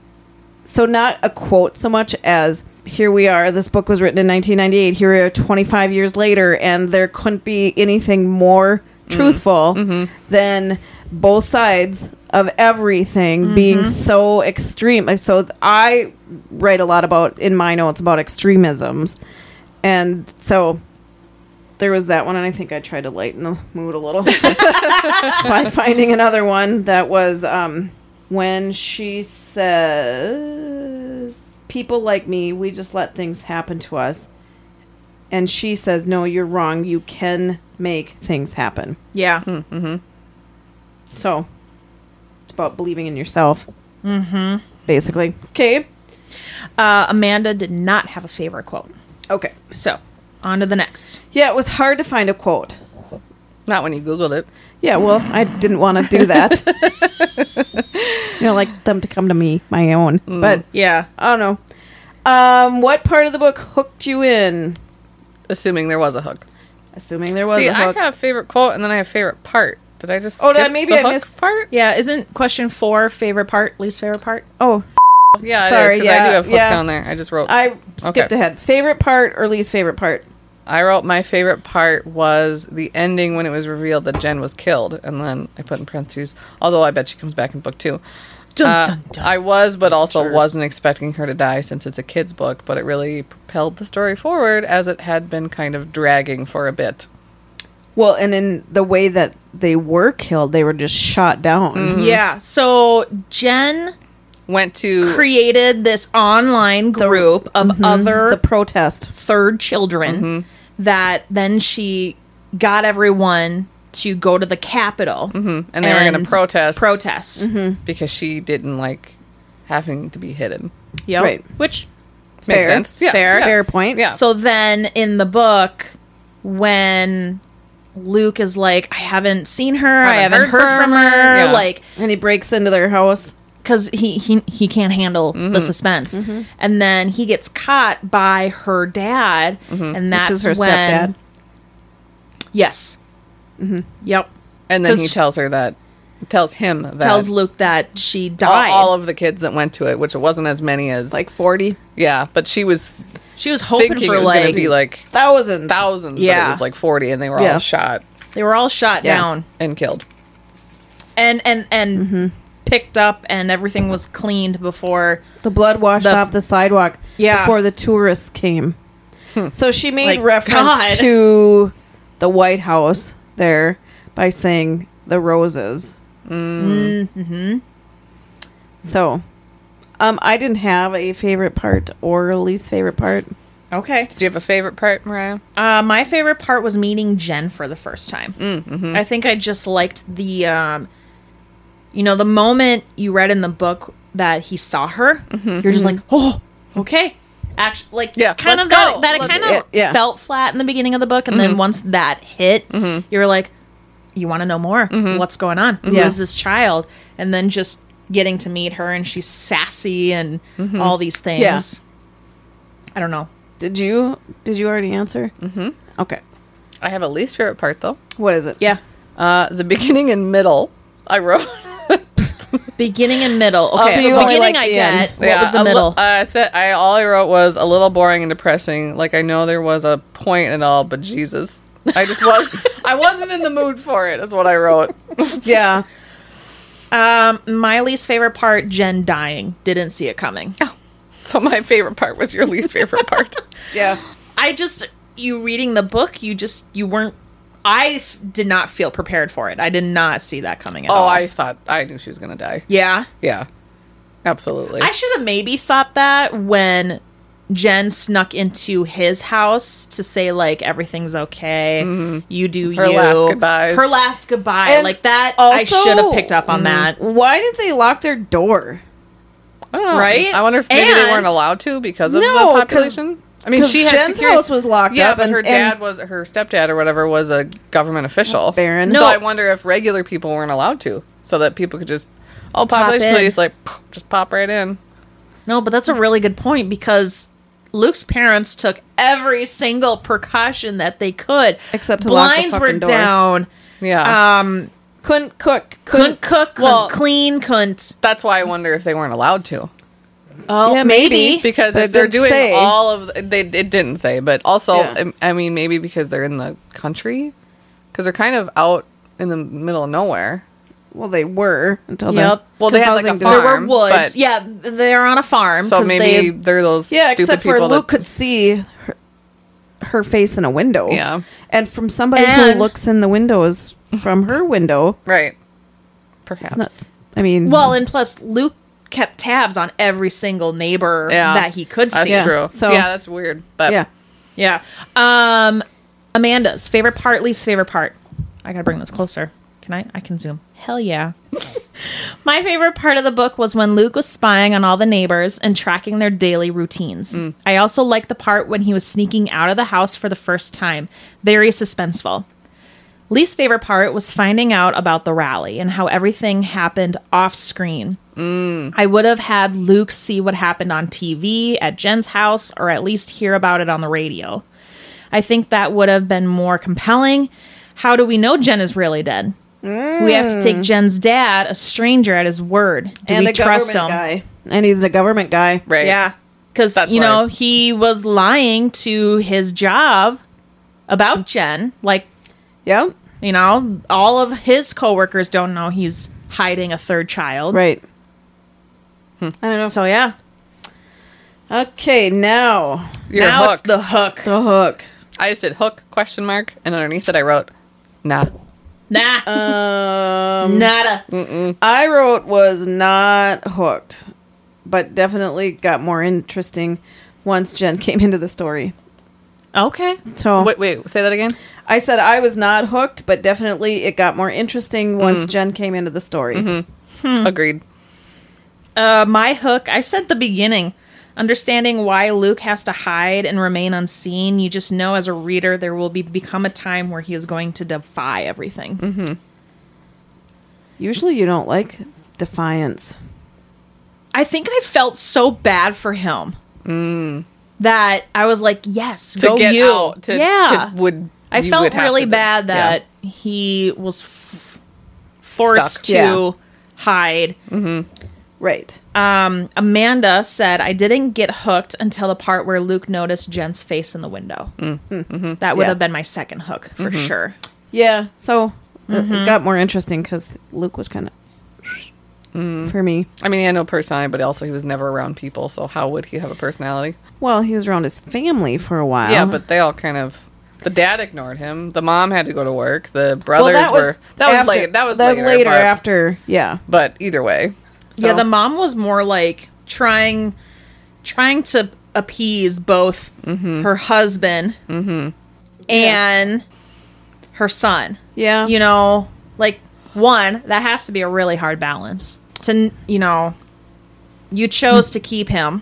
so not a quote so much as here we are this book was written in 1998 here we are 25 years later and there couldn't be anything more truthful than both sides of everything being so extreme Like, so th- i write a lot about in my notes about extremisms and so there was that one and i think i tried to lighten the mood a little [LAUGHS] by finding another one that was um, when she says, People like me, we just let things happen to us. and she says, "No, you're wrong. You can make things happen." Yeah. So it's about believing in yourself. Mm-hmm. Basically. Okay. Uh, Amanda did not have a favorite quote. Okay. So, on to the next. Yeah, it was hard to find a quote. Not when you Googled it. Yeah, well, I didn't want to do that. you know, like them to come to me, my own. But Yeah. I don't know. Um, what part of the book hooked you in? Assuming there was a hook. Assuming there was See, a hook. I have favorite quote and then I have favorite part. Did I just? Oh, did I- skip maybe the I hook missed- part. Yeah. Isn't question four favorite part, least favorite part? oh, Yeah, Sorry, sorry, because I yeah, do have hook yeah. down there. I just wrote. I, I skipped ahead. Favorite part or least favorite part? wrote my favorite part was the ending when it was revealed that Jen was killed, and then I put in parentheses. Although I bet she comes back in book two. Uh, I was, but also wasn't expecting her to die since it's a kid's book, but it really propelled the story forward as it had been kind of dragging for a bit. Well, and in the way that they were killed, they were just shot down. Mm-hmm. Yeah. So Jen Went to created this online group of other The protest. third children that then she got everyone to go to the Capitol. Mm-hmm. and they were going to protest Mm-hmm. Protest. because she didn't like having to be hidden. Yep. Right. Which Makes Fair. sense. Yeah, fair, yeah. fair point. Yeah. So then in the book, when Luke is like, I haven't seen her, I haven't heard, from her, yeah. like, And he breaks into their house. because he, he, he can't handle the suspense. And then he gets caught by her dad, and that's Which is her when. stepdad. Yes. Yep. And then he 'Cause- tells her that, tells him that Tells Luke that she all, died. all of the kids that went to it, which it wasn't as many as Like 40. yeah, but she was she was hoping thinking it for was like going to be like Thousands. thousands, but Yeah. it was like forty, and they were Yeah. all shot they were all shot Yeah. down and killed. and and and picked up, and everything was cleaned before. The blood washed The- off the sidewalk Yeah. Hmm. before the tourists came. So she made Like, reference God. to the White House there by saying the roses. Mm. Mm-hmm. So, um, I didn't have a favorite part or least favorite part. Okay. Do you have a favorite part, Mariah? Uh, my favorite part was meeting Jen for the first time. Mm-hmm. I think I just liked the, um, you know, the moment you read in the book that he saw her. You're just like, oh, okay. Actually, like, Mm-hmm. Yeah, kind let's of that, go. Mm-hmm. that it Let's- kind yeah, of yeah. felt flat in the beginning of the book, and then once that hit, Mm-hmm. you're like, you want to know more. What's going on? Who Yeah. is this child? And then just getting to meet her, and she's sassy and Mm-hmm. all these things. Yeah. I don't know. Did you? Did you already answer? Mm-hmm. Okay. I have a least favorite part though. What is it? Yeah. Uh, the beginning and middle. I wrote. [LAUGHS] Beginning and middle. Okay, so the you only beginning like I the get. end. What was a the li- uh, middle? I said I all I wrote was a little boring and depressing. Like I know there was a point and all, but Jesus, I just was I wasn't in the mood for it. Is what I wrote. Yeah. um, my least favorite part: Jen dying. Didn't see it coming. So my favorite part was your least favorite part. Yeah. I just you reading the book. You just you weren't. I f- did not feel prepared for it. I did not see that coming at oh, all. I thought I knew she was gonna die. yeah. Yeah, absolutely. I should have maybe thought that when Jen snuck into his house to say like everything's okay. You do Mm-hmm. Her you. last goodbyes. Mm-hmm. Her last goodbye. And like that. I also- mm, should have picked up on that. Why didn't they lock their door? I don't know. right? I wonder if maybe they And- weren't allowed to because of No, the 'cause- population. I mean, 'cause she had Jen's security- house was locked yeah, up but and- her and- dad was her stepdad or whatever was a government official. Baron. So Oh, No. I wonder if regular people weren't allowed to, so that people could just oh population in. police like poof, just pop right in. No, but that's a really good point because Luke's parents took every single precaution that they could. Except to lock the blinds were fucking door. down. Yeah, Um, Couldn't cook. Couldn't. couldn't cook, couldn't Well- clean, couldn't. that's why I wonder if they weren't allowed to Oh, Yeah, maybe. maybe. because But if it they're didn't doing say. all of they it didn't say, but also um, Yeah. I, I mean maybe because they're in the country because they're kind of out in the middle of nowhere. well, they were until then. Yep. Well, they had like a Housing farm. development. There were woods. but- Yeah, they're on a farm. So 'cause maybe they, they're those Mm, Yeah, stupid except for people Luke that could see her, her face in a window. Yeah. And from somebody who And- looks in the windows from her [LAUGHS] window, right. Perhaps. it's nuts. I mean, well, and plus Luke kept tabs on every single neighbor Yeah. that he could That's see. Yeah. true. so- yeah, that's weird. But yeah. Yeah. Um, Amanda's favorite part, least favorite part. I gotta bring this closer. Can I? I can zoom. Hell yeah. [LAUGHS] My favorite part of the book was when Luke was spying on all the neighbors and tracking their daily routines. I also liked the part when he was sneaking out of the house for the first time. Very suspenseful. Least favorite part was finding out about the rally and how everything happened off screen. I would have had Luke see what happened on TV at Jen's house or at least hear about it on the radio. I think that would have been more compelling. How do we know Jen is really dead? We have to take Jen's dad, a stranger, at his word. Do Mm. and we a trust him? government guy. And he's a government guy. Right. Yeah. Because, That's you why- know, he was lying to his job about Jen. Like, Yep. you know, all of his coworkers don't know he's hiding a third child. Right. Hmm. I don't know. So, yeah. okay, now Your now hook. it's the hook. the hook. I just did hook question mark and underneath it I wrote nah. Nah. [LAUGHS] Um, Nada. I wrote was not hooked, but definitely got more interesting once Jen [LAUGHS] came into the story. Okay. So Wait, wait, say that again. I said I was not hooked, but definitely it got more interesting once Mm-hmm. Jen came into the story. Hmm. Agreed. Uh, my hook, I said the beginning. Understanding why Luke has to hide and remain unseen, you just know as a reader there will be become a time where he is going to defy everything. Mm-hmm. Usually you don't like defiance. I think I felt so bad for him that I was like, "Yes, Mm. To go get you." out to, yeah, to would I you felt would have really to do- bad yeah. that he was f- forced Stuck. to Yeah. hide Right. Um, Amanda said, I didn't get hooked until the part where Luke noticed Jen's face in the window. Mm. Mm-hmm. That would Yeah. have been my second hook for sure. Yeah, so uh, it- Mm-hmm. it got more interesting because Luke was kind of Mm. for me. I mean, he had no personality, but also he was never around people. So how would he have a personality? Well, he was around his family for a while. Yeah, but they all kind of. The dad ignored him. The mom had to go to work. The brothers that were. was That was after- late. That was that later. but, after. Yeah, but either way. Yeah, So- the mom was more like trying trying to appease both Mm-hmm. her husband and her son. yeah, You know, like one, that has to be a really hard balance. To n- you know, you chose to keep him.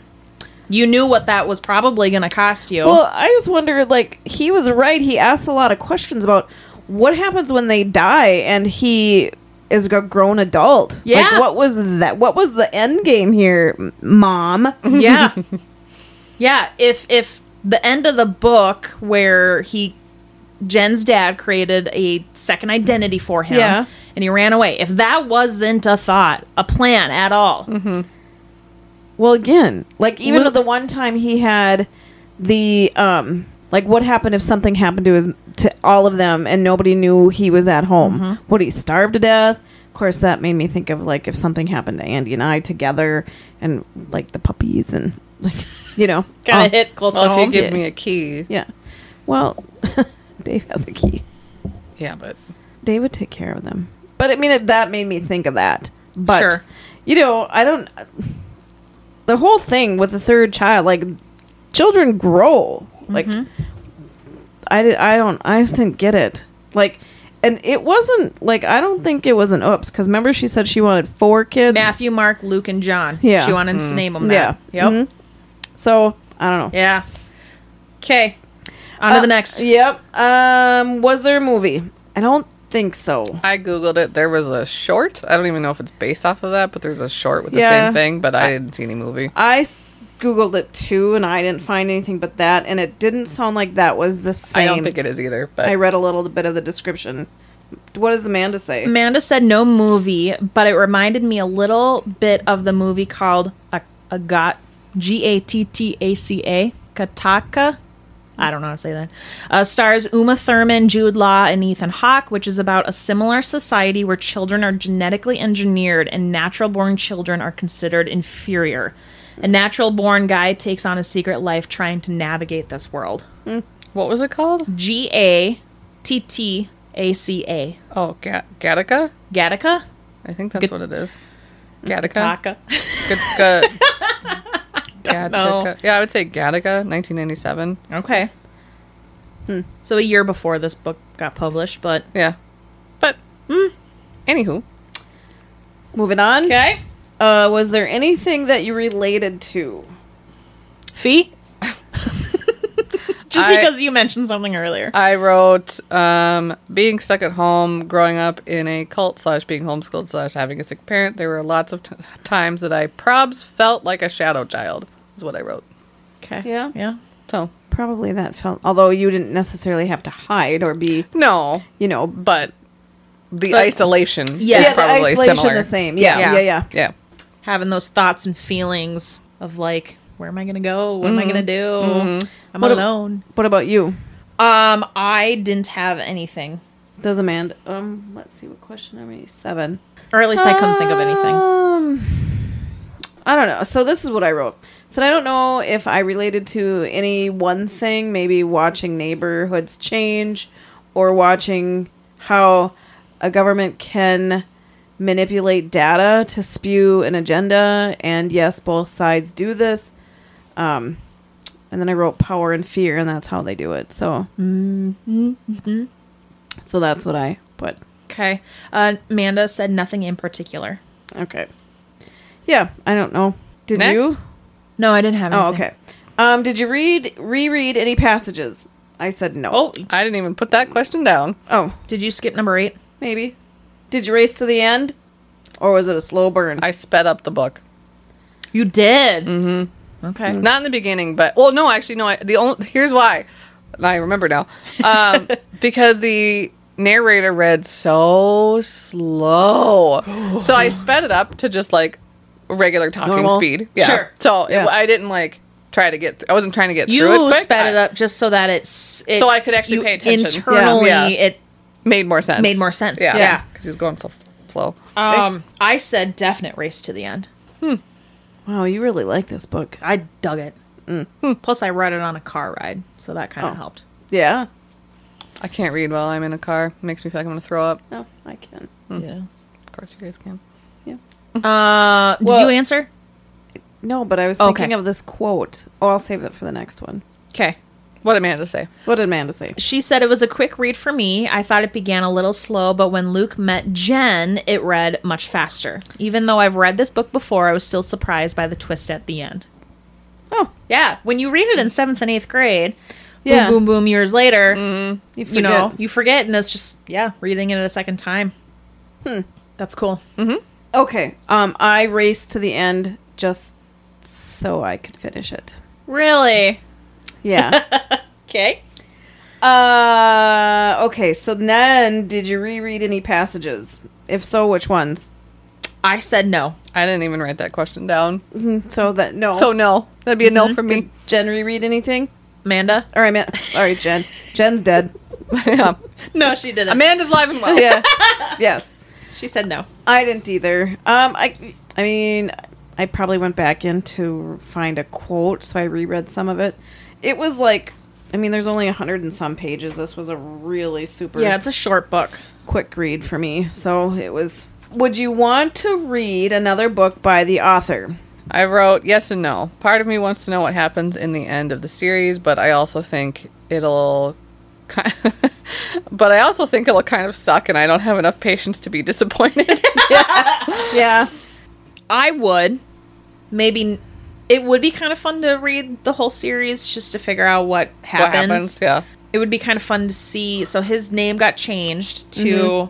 You knew what that was probably going to cost you. Well, [LAUGHS] I just wonder, like, he was right. He asked a lot of questions about what happens when they die and he is a grown adult. Yeah. Like, what was that? What was the end game here, m- mom? [LAUGHS] yeah yeah if if the end of the book where he jen's dad created a second identity for him Yeah. and he ran away if that wasn't a thought a plan at all Mm-hmm. well, again, like, even Luke- the one time he had the, um, like, what happened if something happened to his, to all of them and nobody knew he was at home? Would he starve to death? Of course, that made me think of, like, if something happened to Andy and I together and, like, the puppies and, like, you know. um, kind of all- hit close to Well, Oh, if home you give me a key. Yeah. Well, [LAUGHS] Dave has a key. Yeah, but. Dave would take care of them. But I mean, it, that made me think of that. But Sure. you know, I don't. The whole thing with the third child, like children grow. Like Mm-hmm. I, di- I don't, I just didn't get it. Like, and it wasn't like I don't think it was an oops because remember she said she wanted four kids. matthew mark luke and john Yeah. she wanted Mm. to name them Yeah. that. yep Mhm. So I don't know. yeah okay on to Uh, the next Yep. Um, was there a movie? I don't think so. I googled it. There was a short. I don't even know if it's based off of that, but there's a short with the Yeah. same thing. But I didn't see any movie. I s- googled it too, and I didn't find anything but that, and it didn't sound like that was the same. I don't think it is either. But I read a little bit of the description. What does Amanda say? Amanda said no movie, but it reminded me a little bit of the movie called a, a got G A T T A C A Kataka. I don't know how to say that. Uh, stars Uma Thurman, Jude Law, and Ethan Hawke, which is about a similar society where children are genetically engineered and natural born children are considered inferior. A natural born guy takes on a secret life trying to navigate this world. what was it called? G A T T A C A. Oh, Ga- Gattaca. Gattaca? I think that's Gat- what it is. Gattaca. Taka. [LAUGHS] Gattaca. know. Gattaca. Yeah, I would say Gattaca, 1997. Okay. Hmm. So a year before this book got published, but Yeah. But, hmm, anywho. Moving on. okay. Uh, was there anything that you related to? Fee. [LAUGHS] Just I- because you mentioned something earlier. I wrote um, being stuck at home, growing up in a cult slash being homeschooled slash having a sick parent. There were lots of t- times that I probs felt like a shadow child. Is what I wrote. Okay. Yeah. Yeah. So Probably that felt. Although you didn't necessarily have to hide or be, no, you know, but the But- isolation Yes. is Yes, probably isolation similar. the same. Yeah, Yeah. yeah, yeah. yeah. yeah. Having those thoughts and feelings of like, where am I gonna go? What am I gonna do? I'm What a- alone. What about you? Mm-hmm. um, I didn't have anything, Does Amanda? Um, let's see. What question are we? Seven. or at least I couldn't think of anything. Um, I don't know. So this is what I wrote. Said I don't know if I related to any one thing. Maybe watching neighborhoods change, or watching how a government can manipulate data to spew an agenda. And yes, both sides do this. Um, and then I wrote power and fear, and that's how they do it. So, Mm-hmm. so that's what I put. Okay. Uh, Amanda said nothing in particular. Okay. Yeah, I don't know. Did Next. you? No, I didn't have. Oh, okay. Um, did you read reread any passages? I said no. Oh, I didn't even put that question down. Oh, did you skip number eight? maybe. Did you race to the end, or was it a slow burn? I sped up the book. You did. Mm-hmm. Okay. Not in the beginning, but well, no, actually, no. I, the only here's why. I remember now, [LAUGHS] um, because the narrator read so slow, so [GASPS] I sped it up to just like regular talking Normal? speed. Yeah. Sure. So it- Yeah. I didn't like try to get. I wasn't trying to get You through it. quick. sped I- it up just so that it's it, So I could actually you pay attention. Internally, Yeah. Yeah. it Made more sense. Made more sense. Yeah. Yeah. Because he was going so f- slow. Um, I said definite race to the end. wow, you really like this book. I dug it. Mm. Plus, I read it on a car ride, so that kind of Oh. helped. Yeah. I can't read while I'm in a car. Makes me feel like I'm gonna throw up. No, I can. Mm. Of course, you guys can. Yeah. Yeah. Uh, did Well- you answer? No, but I was thinking Okay. of this quote. Oh, I'll save it for the next one. Okay. What Amanda say? What did Amanda say? She said it was a quick read for me. I thought it began a little slow, but when Luke met Jen, it read much faster. Even though I've read this book before, I was still surprised by the twist at the end. Oh, Yeah, when you read it in seventh and eighth grade, Yeah. boom, boom, boom, years later, you, forget. you know, you Mm, forget, and it's just yeah, reading it a second time. Hmm. That's cool. Okay. Um, I raced to the end just so I could finish it. Really? [LAUGHS] Yeah. Okay. Uh, okay. So then, did you reread any passages? If so, which ones? I said no. I didn't even write that question down. So that no. Oh. So no, that'd be a Mm-hmm. no for me. Jen reread anything? Amanda? Or I meant, sorry, Jen. Jen's dead. [LAUGHS] yeah. No, she didn't. Amanda's live and well. Yeah. [LAUGHS] yes. she said no. I didn't either. Um, I, I mean, I probably went back in to find a quote, so I reread some of it. It was like, I mean, there's only a hundred and some pages. This was a really super. Yeah, it's a short book. quick read for me. So it was. Would you want to read another book by the author? I wrote yes and no. Part of me wants to know what happens in the end of the series, but I also think it'll. ki- [LAUGHS] but I also think it'll kind of suck, and I don't have enough patience to be disappointed. [LAUGHS] Yeah. I would. Maybe it would be kind of fun to read the whole series just to figure out what what happens. happens? Yeah. It would be kind of fun to see. So his name got changed to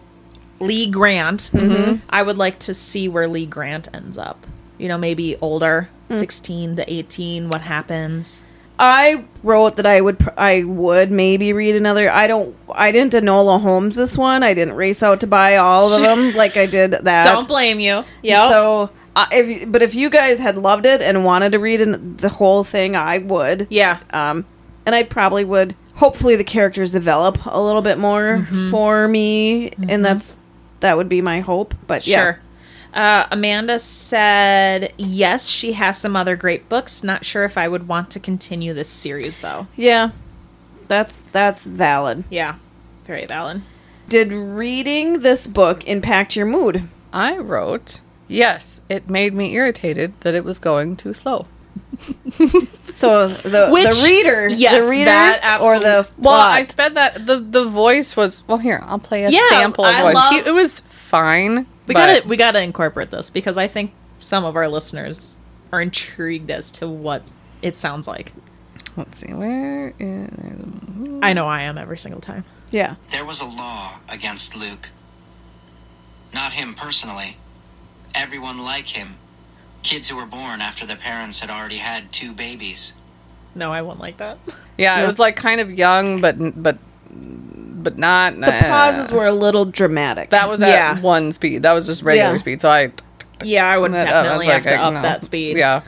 Lee Grant. Mm-hmm. I would like to see where Lee Grant ends up. You know, maybe older, 16 to 18, what happens. I wrote that I would pr- I would maybe read another. I don't. I didn't Enola Holmes this one. I didn't race out to buy all of [LAUGHS] them like I did that. Don't blame you. Yeah. So uh, if but if you guys had loved it and wanted to read an, the whole thing, I would. yeah. Um, and I probably would. Hopefully, the characters develop a little bit more Mm-hmm. for me, and that's that would be my hope. But yeah. Sure. Uh, Amanda said, yes, she has some other great books. Not sure if I would want to continue this series, though. Yeah. That's that's valid. Yeah. Very valid. Did reading this book impact your mood? I wrote yes. It made me irritated that it was going too slow. So the Which- the reader, yes, the reader, that or absolute- the Well, plot. I sped that. the The voice was well. Here, I'll play a Yeah, sample of I voice. love- He- it was fine. We but- gotta we gotta incorporate this because I think some of our listeners are intrigued as to what it sounds like. Let's see where. Is, I know I am every single time. yeah, There was a law against Luke. Not him personally. Everyone like him. Kids who were born after their parents had already had two babies. No, I won't like that. yeah, Yeah. it was like kind of young, but but but not. eh. the pauses were a little dramatic. That was at yeah. one speed. That was just regular Yeah. speed. So I Yeah, I would that up. I definitely was have like, to I- up no. that speed. Yeah.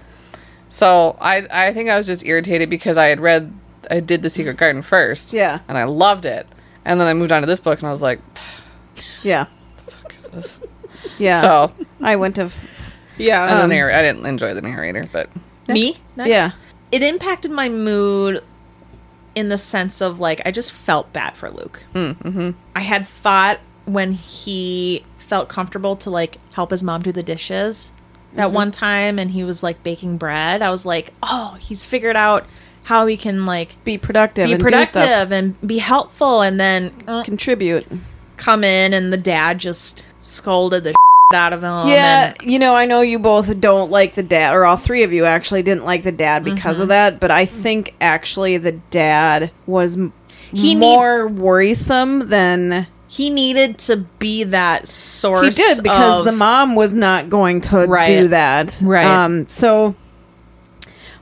So I I think I was just irritated because I had read I did the Secret Garden first. Yeah. And I loved it. And then I moved on to this book and I was like, "Pff, yeah, fuck is this? yeah. Um, So I went to yeah. and the narr- I didn't enjoy the narrator, but Me? Next? Yeah. It impacted my mood in the sense of like I just felt bad for Luke. Mm, Mm-hmm. I had thought when he felt comfortable to like help his mom do the dishes that Mm-hmm. one time and he was like baking bread. I was like, "Oh, he's figured out how he can like be productive, be and do stuff, productive and be helpful and then uh, contribute. come in and the dad just scolded the [LAUGHS] out of him yeah, and you know, I know you both don't like the dad, or all three of you actually didn't like the dad because Mm-hmm. of that. But I think actually the dad was m- He need- more worrisome than he needed to be that source. he did because of- the mom was not going to Right. do that. Right. Um, so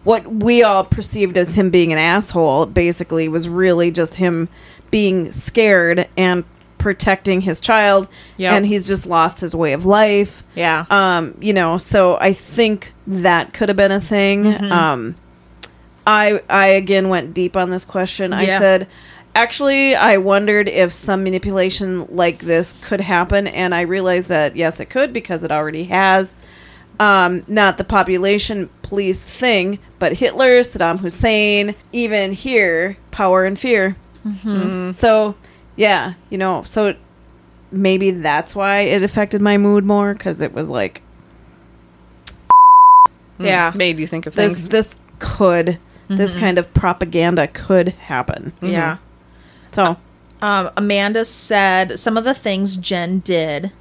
what we all perceived as him being an asshole basically was really just him being scared and protecting his child Yep. and he's just lost his way of life Yeah. um you know so i think that could have been a thing Mm-hmm. um i i again went deep on this question i Yeah. said actually i wondered if some manipulation like this could happen and i realized that yes it could because it already has um, not the population police thing but hitler saddam hussein even here power and fear so yeah you know so maybe that's why it affected my mood more because it was like yeah. made you think of this things. this could this kind of propaganda could happen Yeah. so Um, Amanda said some of the things Jen did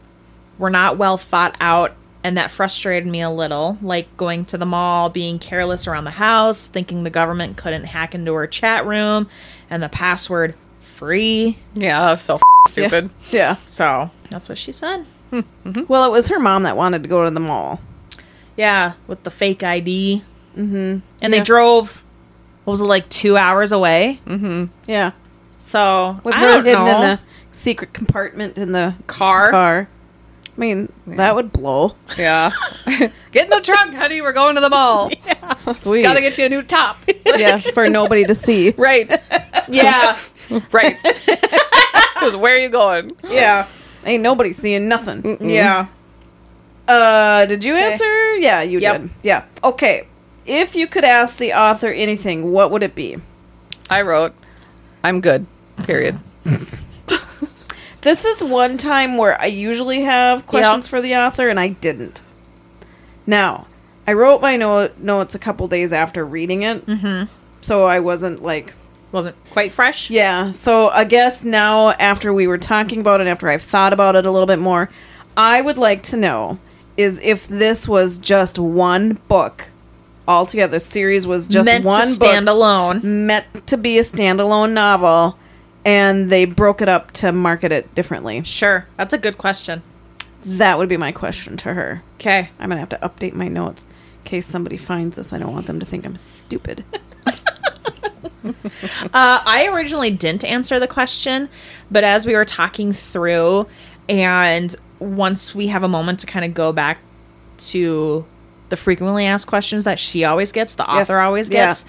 were not well thought out, and that frustrated me a little. Like going to the mall, being careless around the house, thinking the government couldn't hack into her chat room, and the password free. yeah, I was so f- stupid. yeah So that's what she said. well it was her mom that wanted to go to the mall Yeah, with the fake ID. Mm-hmm. And they drove. What was it like two hours away? yeah So was I her don't hidden know. in the secret compartment in the car. car i mean that would blow Yeah. [LAUGHS] get in the trunk, honey. We're going to [LAUGHS] the mall. sweet Gotta get you a new top. yeah for nobody to see [LAUGHS] right. Yeah, [LAUGHS] Right. Because where are you going? Mm-hmm. yeah, ain't nobody seeing nothing Mm. yeah. Uh, did you answer? Yeah, you Yep. did. Yeah. Okay. If you could ask the author anything, what would it be? I wrote, I'm good. Period. This is one time where I usually have questions for the author, and I didn't. Now, I wrote my no- notes a couple days after reading it, mm-hmm. so I wasn't like Wasn't quite fresh. Yeah. So I guess now, after we were talking about it, after I've thought about it a little bit more, I would like to know is if this was just one book altogether. The series was just meant one to stand book alone. meant to be a standalone novel, and they broke it up to market it differently. Sure, that's a good question. That would be my question to her. Okay, I'm gonna have to update my notes in case somebody finds this. I don't want them to think I'm stupid. uh, I originally didn't answer the question, but as we were talking through, and once we have a moment to kind of go back to the frequently asked questions that she always gets, the author always Yeah. gets,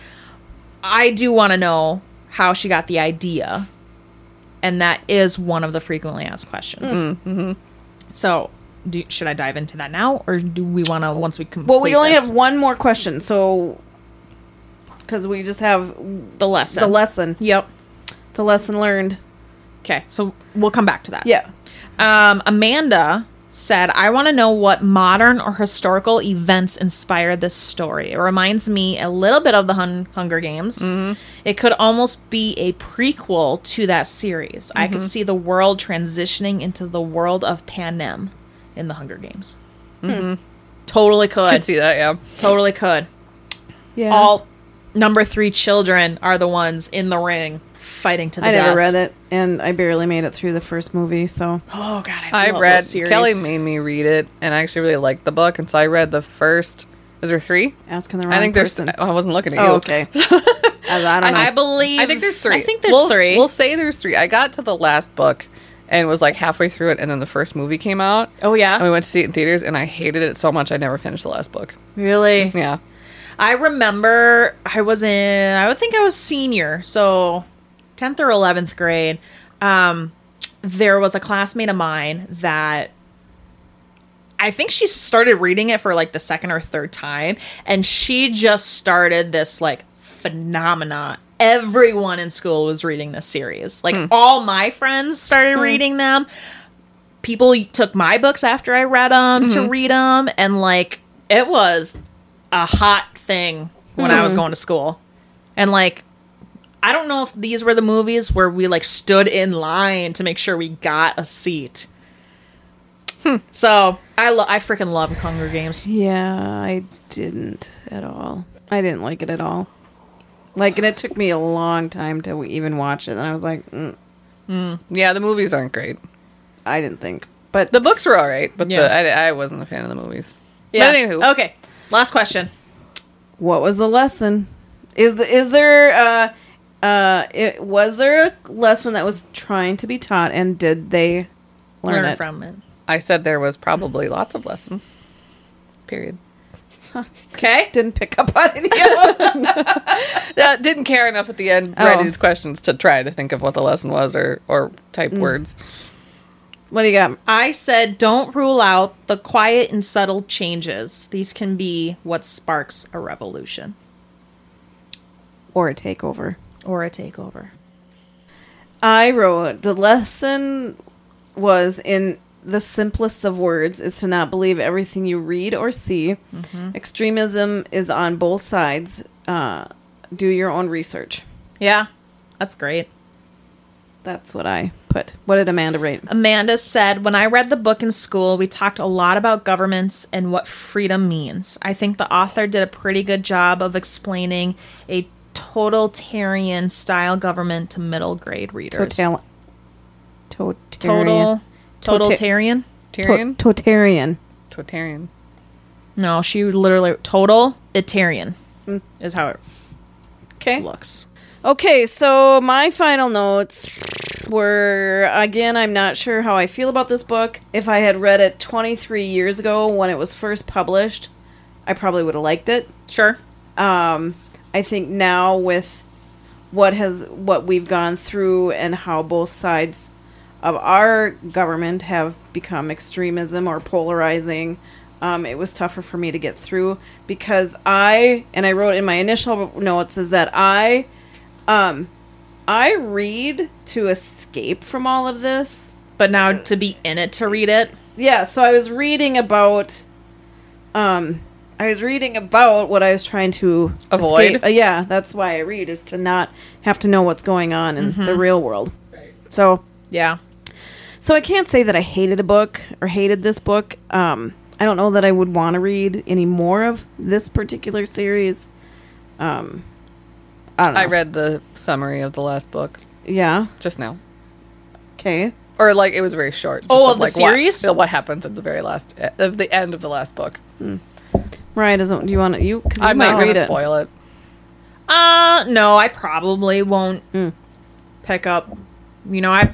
I do want to know how she got the idea, and that is one of the frequently asked questions. Mm, mm-hmm. So. Do, should I dive into that now, or do we want to once we [LAUGHS] complete? well, we only this, have one more question, so because we just have the lesson. the lesson Yep. the lesson learned Okay, so we'll come back to that. yeah Um, Amanda said, I want to know what modern or historical events inspired this story. It reminds me a little bit of the Hun- Hunger Games. It could almost be a prequel to that series. I could see the world transitioning into the world of Panem in the Hunger Games. Hmm. Totally could. I'd see that, [LAUGHS] yeah. Totally could. Yeah. All number three children are the ones in the ring fighting to the I death. never read it, and I barely made it through the first movie. [GASPS] So Oh god, I, I love read those series. Kelly made me read it, and I actually really liked the book, and so I read the first. Is there three? asking the wrong I think there's. person. I wasn't looking at you. oh, [LAUGHS] okay. I, I don't know. I believe. I think there's three. I think there's We'll- 3 We'll say there's three. I got to the last book and was like halfway through it, and then the first movie came out. oh And yeah, we went to see it in theaters, and I hated it so much I never finished the last book. really. Yeah. I remember I was in. I would think I was senior, so tenth or eleventh grade. Um, there was a classmate of mine that I think she started reading it for like the second or third time, and she just started this like phenomena. Everyone in school was reading this series. Like all my friends started reading them. People took my books after I read them to read them, and like it was a hot thing when I was Hmm. going to school, and like. I don't know if these were the movies where we like stood in line to make sure we got a seat. So I lo- I freaking love Hunger Games. Hmm. Yeah, I didn't at all. I didn't like it at all. Like, and it took me a long time to even watch it, and I was like, mm, Yeah, the movies aren't great. I didn't think. But The books were all right, but Yeah. the, I, I wasn't a fan of the movies. Yeah. But anywho, Okay. Last question. what was the lesson? Is the is there uh uh it, was there a lesson that was trying to be taught, and did they learn, Learn it? from it. I said there was probably lots of lessons. Period. Okay. Didn't pick up on any of them. Uh, didn't care enough at the end, Oh. writing these questions to try to think of what the lesson was or, or type words. what do you got? I said don't rule out the quiet and subtle changes. These can be what sparks a revolution Or a takeover? or a takeover. I wrote the lesson was in the simplest of words is to not believe everything you read or see. Extremism is on both sides. Uh, do your own research. Yeah. That's great. That's what I put. What did Amanda rate? Amanda said, When I read the book in school, we talked a lot about governments and what freedom means. I think the author did a pretty good job of explaining a totalitarian style government to middle grade readers. Total. Totalitarian. Total. Totalitarian? Tyrion? Totarian. Totarian. No, she literally. Total. Itarian is how it Okay. looks. Okay, so my final notes were again, I'm not sure how I feel about this book. If I had read it 23 years ago when it was first published, I probably would have liked it. Sure. Um, I think now with what has what we've gone through and how both sides of our government have become extremism or polarizing, um, it was tougher for me to get through because I and I wrote in my initial notes is that I um, I read to escape from all of this. But now to be in it to read it. Yeah, so I was reading about um I was reading about what I was trying to Avoid? escape- uh, yeah, that's why I read is to not have to know what's going on in the Mm-hmm. real world. So Yeah. so I can't say that I hated a book or hated this book. Um, I don't know that I would want to read any more of this particular series. Um, I don't know. I read the summary of the last book yeah. just now. Okay. Or like it was very short. just Oh, of the like, series? What, what happens at the very last eh, of the end of the last book? Mariah doesn't. Do you want to? You? Cause you I'm might not going read to it. spoil it. Uh, no, I probably won't Mm. pick up. You know, I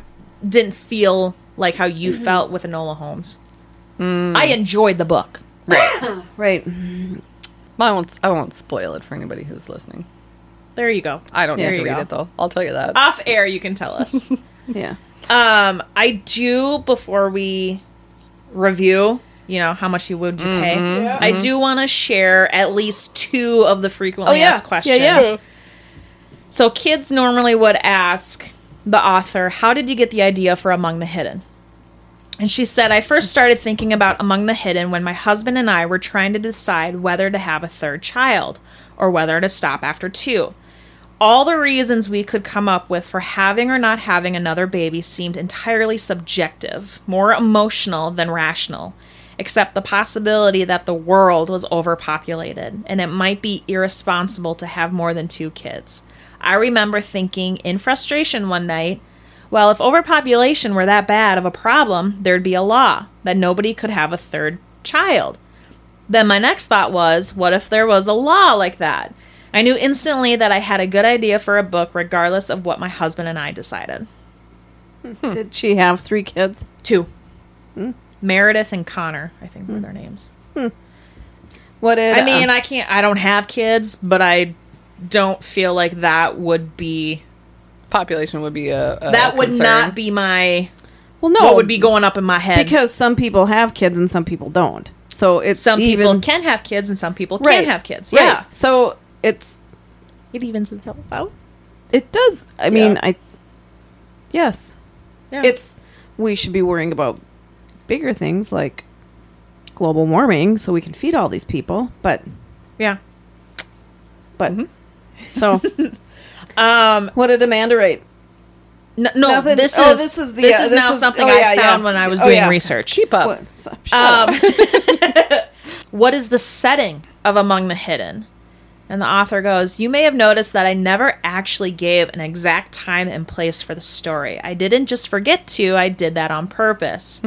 didn't feel like how you Mm-hmm. felt with Enola Holmes. Mm. I enjoyed the book. [LAUGHS] Right. I won't. I won't spoil it for anybody who's listening. There you go. I don't There need to you read go. it though. I'll tell you that. Off air, you can tell us. Yeah. um, I do before we review. You know how much you would you pay? I do want to share at least two of the frequently Oh, yeah. asked Yeah, questions. yeah. So kids normally would ask the author, "How did you get the idea for Among the Hidden?" And she said, I first started thinking about Among the Hidden when my husband and I were trying to decide whether to have a third child or whether to stop after two. All the reasons we could come up with for having or not having another baby seemed entirely subjective, more emotional than rational, except the possibility that the world was overpopulated and it might be irresponsible to have more than two kids. I remember thinking in frustration one night, well, if overpopulation were that bad of a problem, there'd be a law that nobody could have a third child. Then my next thought was, what if there was a law like that? I knew instantly that I had a good idea for a book, regardless of what my husband and I decided. Hmm. Did she have three kids? Two Meredith and Connor, I think were their names. What did uh, I mean, I can't, I don't have kids, but I don't feel like that would be, Population would be a, a that would Uh, concern. not be my, well, no, what would be going up in my head. Oh, because some people have kids and some people don't. So it's some even, people can have kids and some people Right, can't have kids. right. Yeah. So it's It evens itself out. it does. I mean, Yeah. I yes, Yeah. it's we should be worrying about bigger things like global warming, so we can feed all these people. But yeah. but Mm-hmm. [LAUGHS] so um, what did Amanda write? No, no, Nothing- this is oh, this is the- this uh, is this now was- something oh, I yeah, yeah. found when I was Oh, doing yeah. research. keep up. What? so- shut Um, up. [LAUGHS] what is the setting of Among the Hidden? And the author goes, You may have noticed that I never actually gave an exact time and place for the story. I didn't just forget to, I did that on purpose.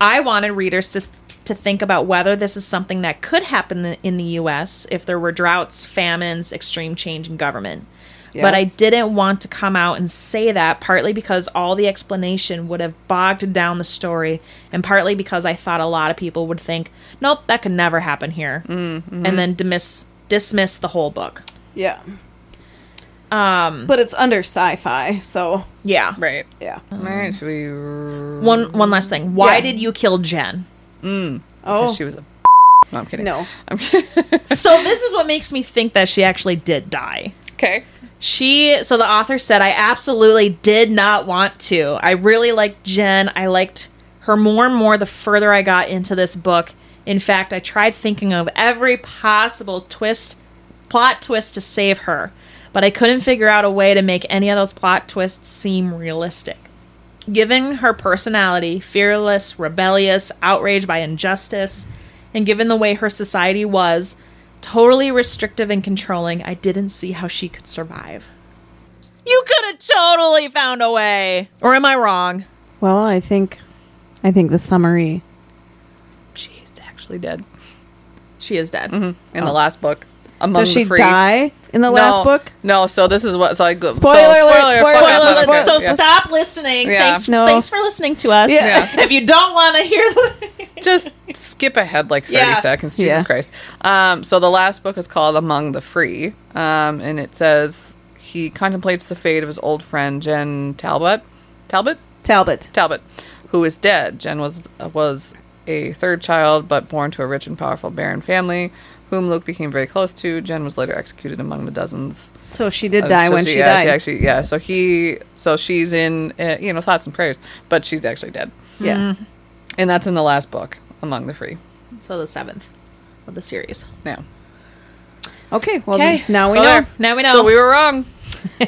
I wanted readers to, to think about whether this is something that could happen in the, in the US if there were droughts, famines, extreme change in government. But I Yes. didn't want to come out and say that, partly because all the explanation would have bogged down the story, and partly because I thought a lot of people would think, nope, that could never happen here, and then dismiss, dismiss the whole book. [LAUGHS] yeah. Um, but it's under sci-fi, so Yeah. Right. yeah. Oh, All right. Should we? r- One one last thing. Why Yeah. did you kill Jen? Oh She was a. [LAUGHS] No, I'm kidding. no, so this is what makes me think that she actually did die. Okay. She so the author said I absolutely did not want to. I really liked Jen. I liked her more and more the further I got into this book. In fact, I tried thinking of every possible twist plot twist to save her, but I couldn't figure out a way to make any of those plot twists seem realistic. Given her personality, fearless, rebellious, outraged by injustice, and given the way her society was, totally restrictive and controlling, I didn't see how she could survive. You could have totally found a way. Or am I wrong? Well, I think, I think the summary. She's actually dead She is dead. in the last book. Among Oh. Does she the free. die in the No, last book? No. So this is what. So I go. so Spoiler alert, spoiler fuck us, alert, motherfuckers, spoiler- So yeah. stop listening. Yeah. Thanks, No. thanks for listening to us. Yeah. [LAUGHS] If you don't want to hear the [LAUGHS] just skip ahead like 30 Yeah. seconds jesus Yeah. christ um, so the last book is called among the free um, and it says he contemplates the fate of his old friend jen talbot talbot Talbot. talbot who is dead jen was was a third child but born to a rich and powerful baron family whom luke became very close to jen was later executed among the dozens So she did uh, die so when she, yeah, died. she actually yeah so he so she's in uh, you know thoughts and prayers but she's actually dead yeah. Mm-hmm. and that's in the last book among the free So the seventh of the series. yeah Okay. Well, 'Kay. now we So know there. Now we know. Oh. So we were wrong.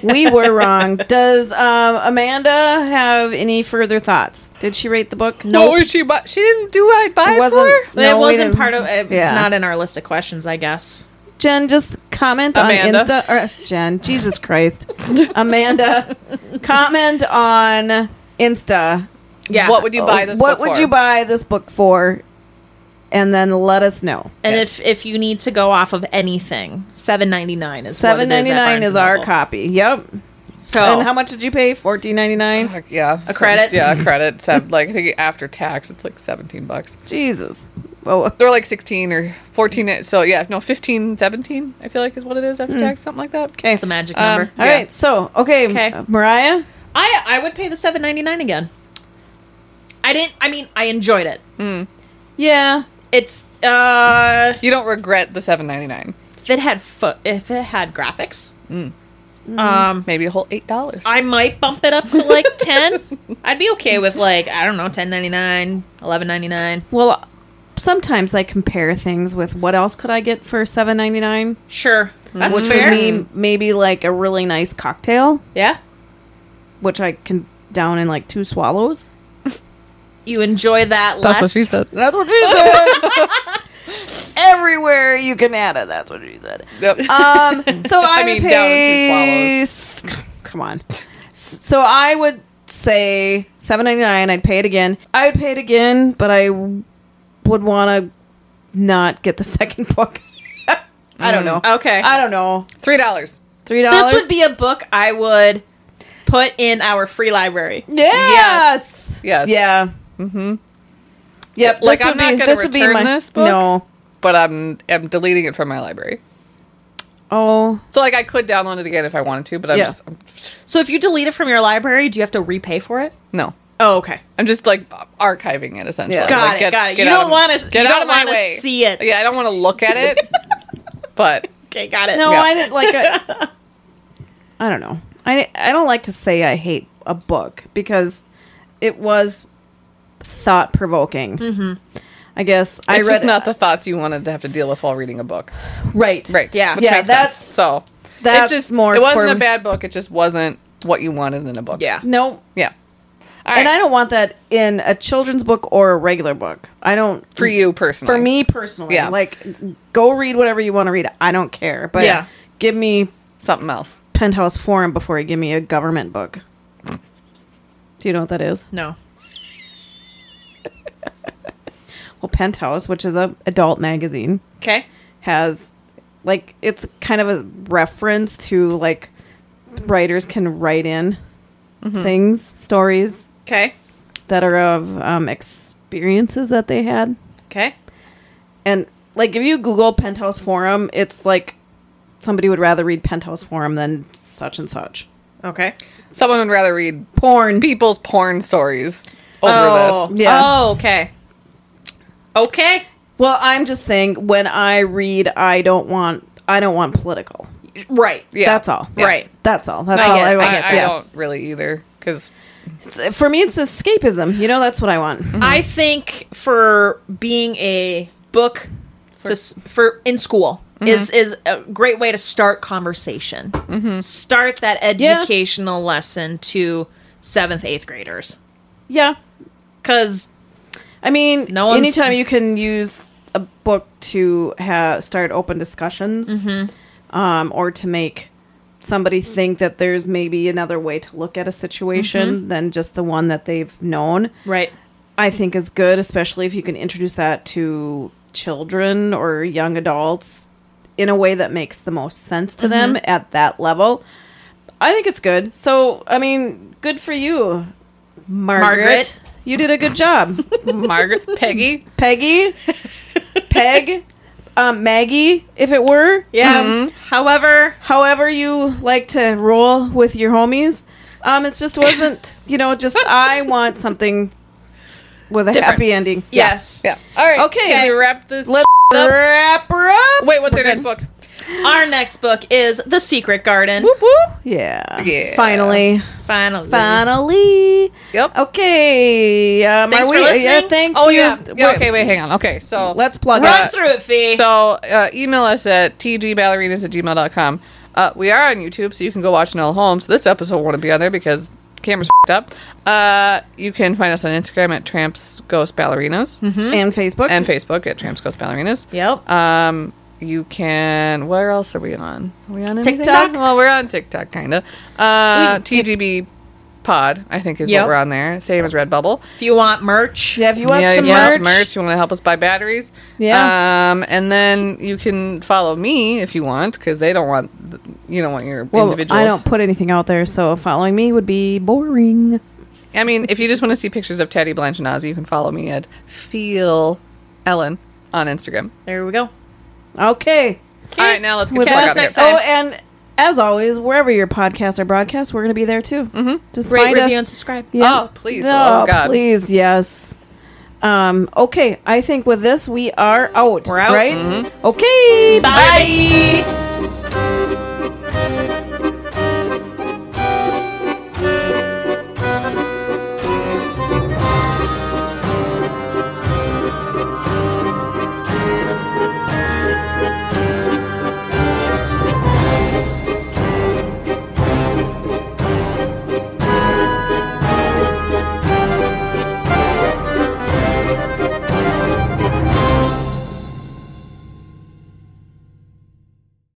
we [LAUGHS] were wrong. Does um, Amanda have any further thoughts? Did she rate the book? No, was she bu- she didn't do I buy It it wasn't- for. But No, it we wasn't didn't- part of it's Yeah. not in our list of questions, I guess. Jen, just comment Amanda. on Insta or Jen. Jesus [LAUGHS] Christ, Amanda, comment on Insta. Yeah. What would you buy this? Oh. what book would for? you buy this book for? And then let us know. and Yes. if if you need to go off of anything, seven ninety nine is what it Seven is at ninety nine Barnes is and our Noble. copy. Yep. So Oh. And how much did you pay? Fourteen ninety nine. Fuck, yeah, A credit? yeah, a credit. Sev- like I think after tax, it's like seventeen bucks. Jesus. Oh, They're like sixteen or fourteen. eh, So yeah, no, 15, 17, I feel like is what it is Hmm. after tax, something like that. okay. It's the magic Um, number. All Yeah. right, so okay, Okay. uh, Mariah. I I would pay the seven ninety nine again. I didn't. I mean, I enjoyed it. Yeah, It's uh, You don't regret the seven ninety nine. if it had fo- if it had graphics, Um, Maybe a whole eight dollars. I might bump it up to like ten. I'd be okay with like I don't know, ten ninety nine, eleven ninety nine. Well, sometimes I compare things with what else could I get for seven ninety nine, Sure, that's which fair. would be maybe like a really nice cocktail, yeah, which I can down in like two swallows. you enjoy that. That's less. what she said. That's what she said. [LAUGHS] Everywhere you can add it. That's what she said. Um, so I, I would mean, down pay. two s- Come on. S- So I would say seven ninety nine. I'd pay it again. I would pay it again, but I w- would want to not get the [LAUGHS] second book. I Mm. don't know. Okay, I don't know. [LAUGHS] Three dollars. Three Uh, dollars. this would be a book I would put in our free library. yes. Yes. Yeah. Mm-hmm. Yep. Like, this I'm would not be- gonna return this book. No. But I'm I'm deleting it from my library. Oh. So like I could download it again if I wanted to, but I'm Yeah. just I'm, So if you delete it from your library, do you have to repay for it? no. Oh, okay. I'm just like archiving it essentially. Yeah. Like, Got it, got it. You out don't of- wanna- you get don't out of my wanna way. see it. Yeah, I don't want to look at [LAUGHS] it. but Okay, got it. No, Yeah. I didn't like. I [LAUGHS] I don't know. I I don't like to say I hate a book because it was thought provoking. Mm-hmm. I guess I it's read just not the thoughts you wanted to have to deal with while reading a book. right. Right. Yeah. Which Yeah, makes that's- sense. So that's it just, more It wasn't for- a bad book. It just wasn't what you wanted in a book. Yeah. No, Yeah. All and right. I don't want that in a children's book or a regular book. I don't. for you personally. for me personally, Yeah. like go read whatever you want to read. I don't care, but Yeah. give me something else. Penthouse Forum before you give me a government book. Do you know what that is? No. Well, Penthouse, which is a adult magazine, Okay. has like it's kind of a reference to like writers can write in Mm-hmm. things, stories Okay. that are of um, experiences that they had, Okay. and like if you Google Penthouse Forum, it's like somebody would rather read Penthouse Forum than such and such Okay. Someone would rather read porn. people's porn stories over Oh. this. Yeah. Oh, okay. Okay. Well, I'm just saying when I read, I don't want I don't want political. Right. Yeah. That's all. Yeah. Right. That's all. That's I all get it. I I, want. I yeah. don't really either because It's- for me, it's escapism. You know, that's what I want. I think for being a book to s for in school Mm-hmm. is is a great way to start conversation. Mm-hmm. Start that Yeah. educational lesson to seventh eighth graders Yeah. because I mean, No one's- anytime you can use a book to ha- start open discussions Mm-hmm. um, or to make somebody think that there's maybe another way to look at a situation Mm-hmm. than just the one that they've known, right I think is good, especially if you can introduce that to children or young adults in a way that makes the most sense to them Mm-hmm. at that level. I think it's good. So, I mean, good for you, Margaret. Margaret. You did a good [LAUGHS] job. Margaret Peggy. [LAUGHS] Peggy, Peg, um, Maggie, if it were. yeah. Mm-hmm. However, However you like to roll with your homies. Um, it just wasn't, you know, just I want something with a happy ending. yes. Yeah. All right. Okay. Can we wrap this? Let's wrap her up. Wait, what's your next book? Our next book is The Secret Garden. Yeah. Yeah. Finally. Finally. Finally. Yep. Okay. Um, Thanks are for we, listening. Yeah, thanks. Oh you- yeah. yeah. wait, Okay. Wait. Hang on. Okay. So Let's plug Run it. through it, Fee. Uh, [LAUGHS] So uh, email us at tgballerinas at gmail.com. Uh, we are on YouTube, so you can go watch Noel Holmes. This episode won't be on there because camera's [LAUGHS] fed up. Uh, you can find us on Instagram at Tramps Ghost Ballerinas Mm-hmm. And Facebook. Mm-hmm. and Facebook at Tramps Ghost Ballerinas. Yep. Um, you can. Where else are we on? Are we on anything? TikTok? Well, we're on TikTok, kind of. Uh, We- TGB Pod, I think, is Yep. what we're on there. Same as Redbubble. if you want merch, yeah, if you want yeah, some you want merch. some merch. You want to help us buy batteries. Yeah. Um, and then you can follow me if you want, because they don't want th- you don't want your Well, individuals. I don't put anything out there, so following me would be boring. I mean, if you just want to see pictures of Teddy Blanchinazzi, you can follow me at Feel Ellen on Instagram. there we go. Okay. All right, now let's get With the catch fuck out us of next here. time. Oh, and as always, wherever your podcasts are broadcast, we're going to be there too. Mm-hmm. Just Rate, find review, and us. subscribe. Yeah. Oh, please, for the love of God. Please, yes. Um, okay, I think with this we are out. We're out. Right? Okay. Bye.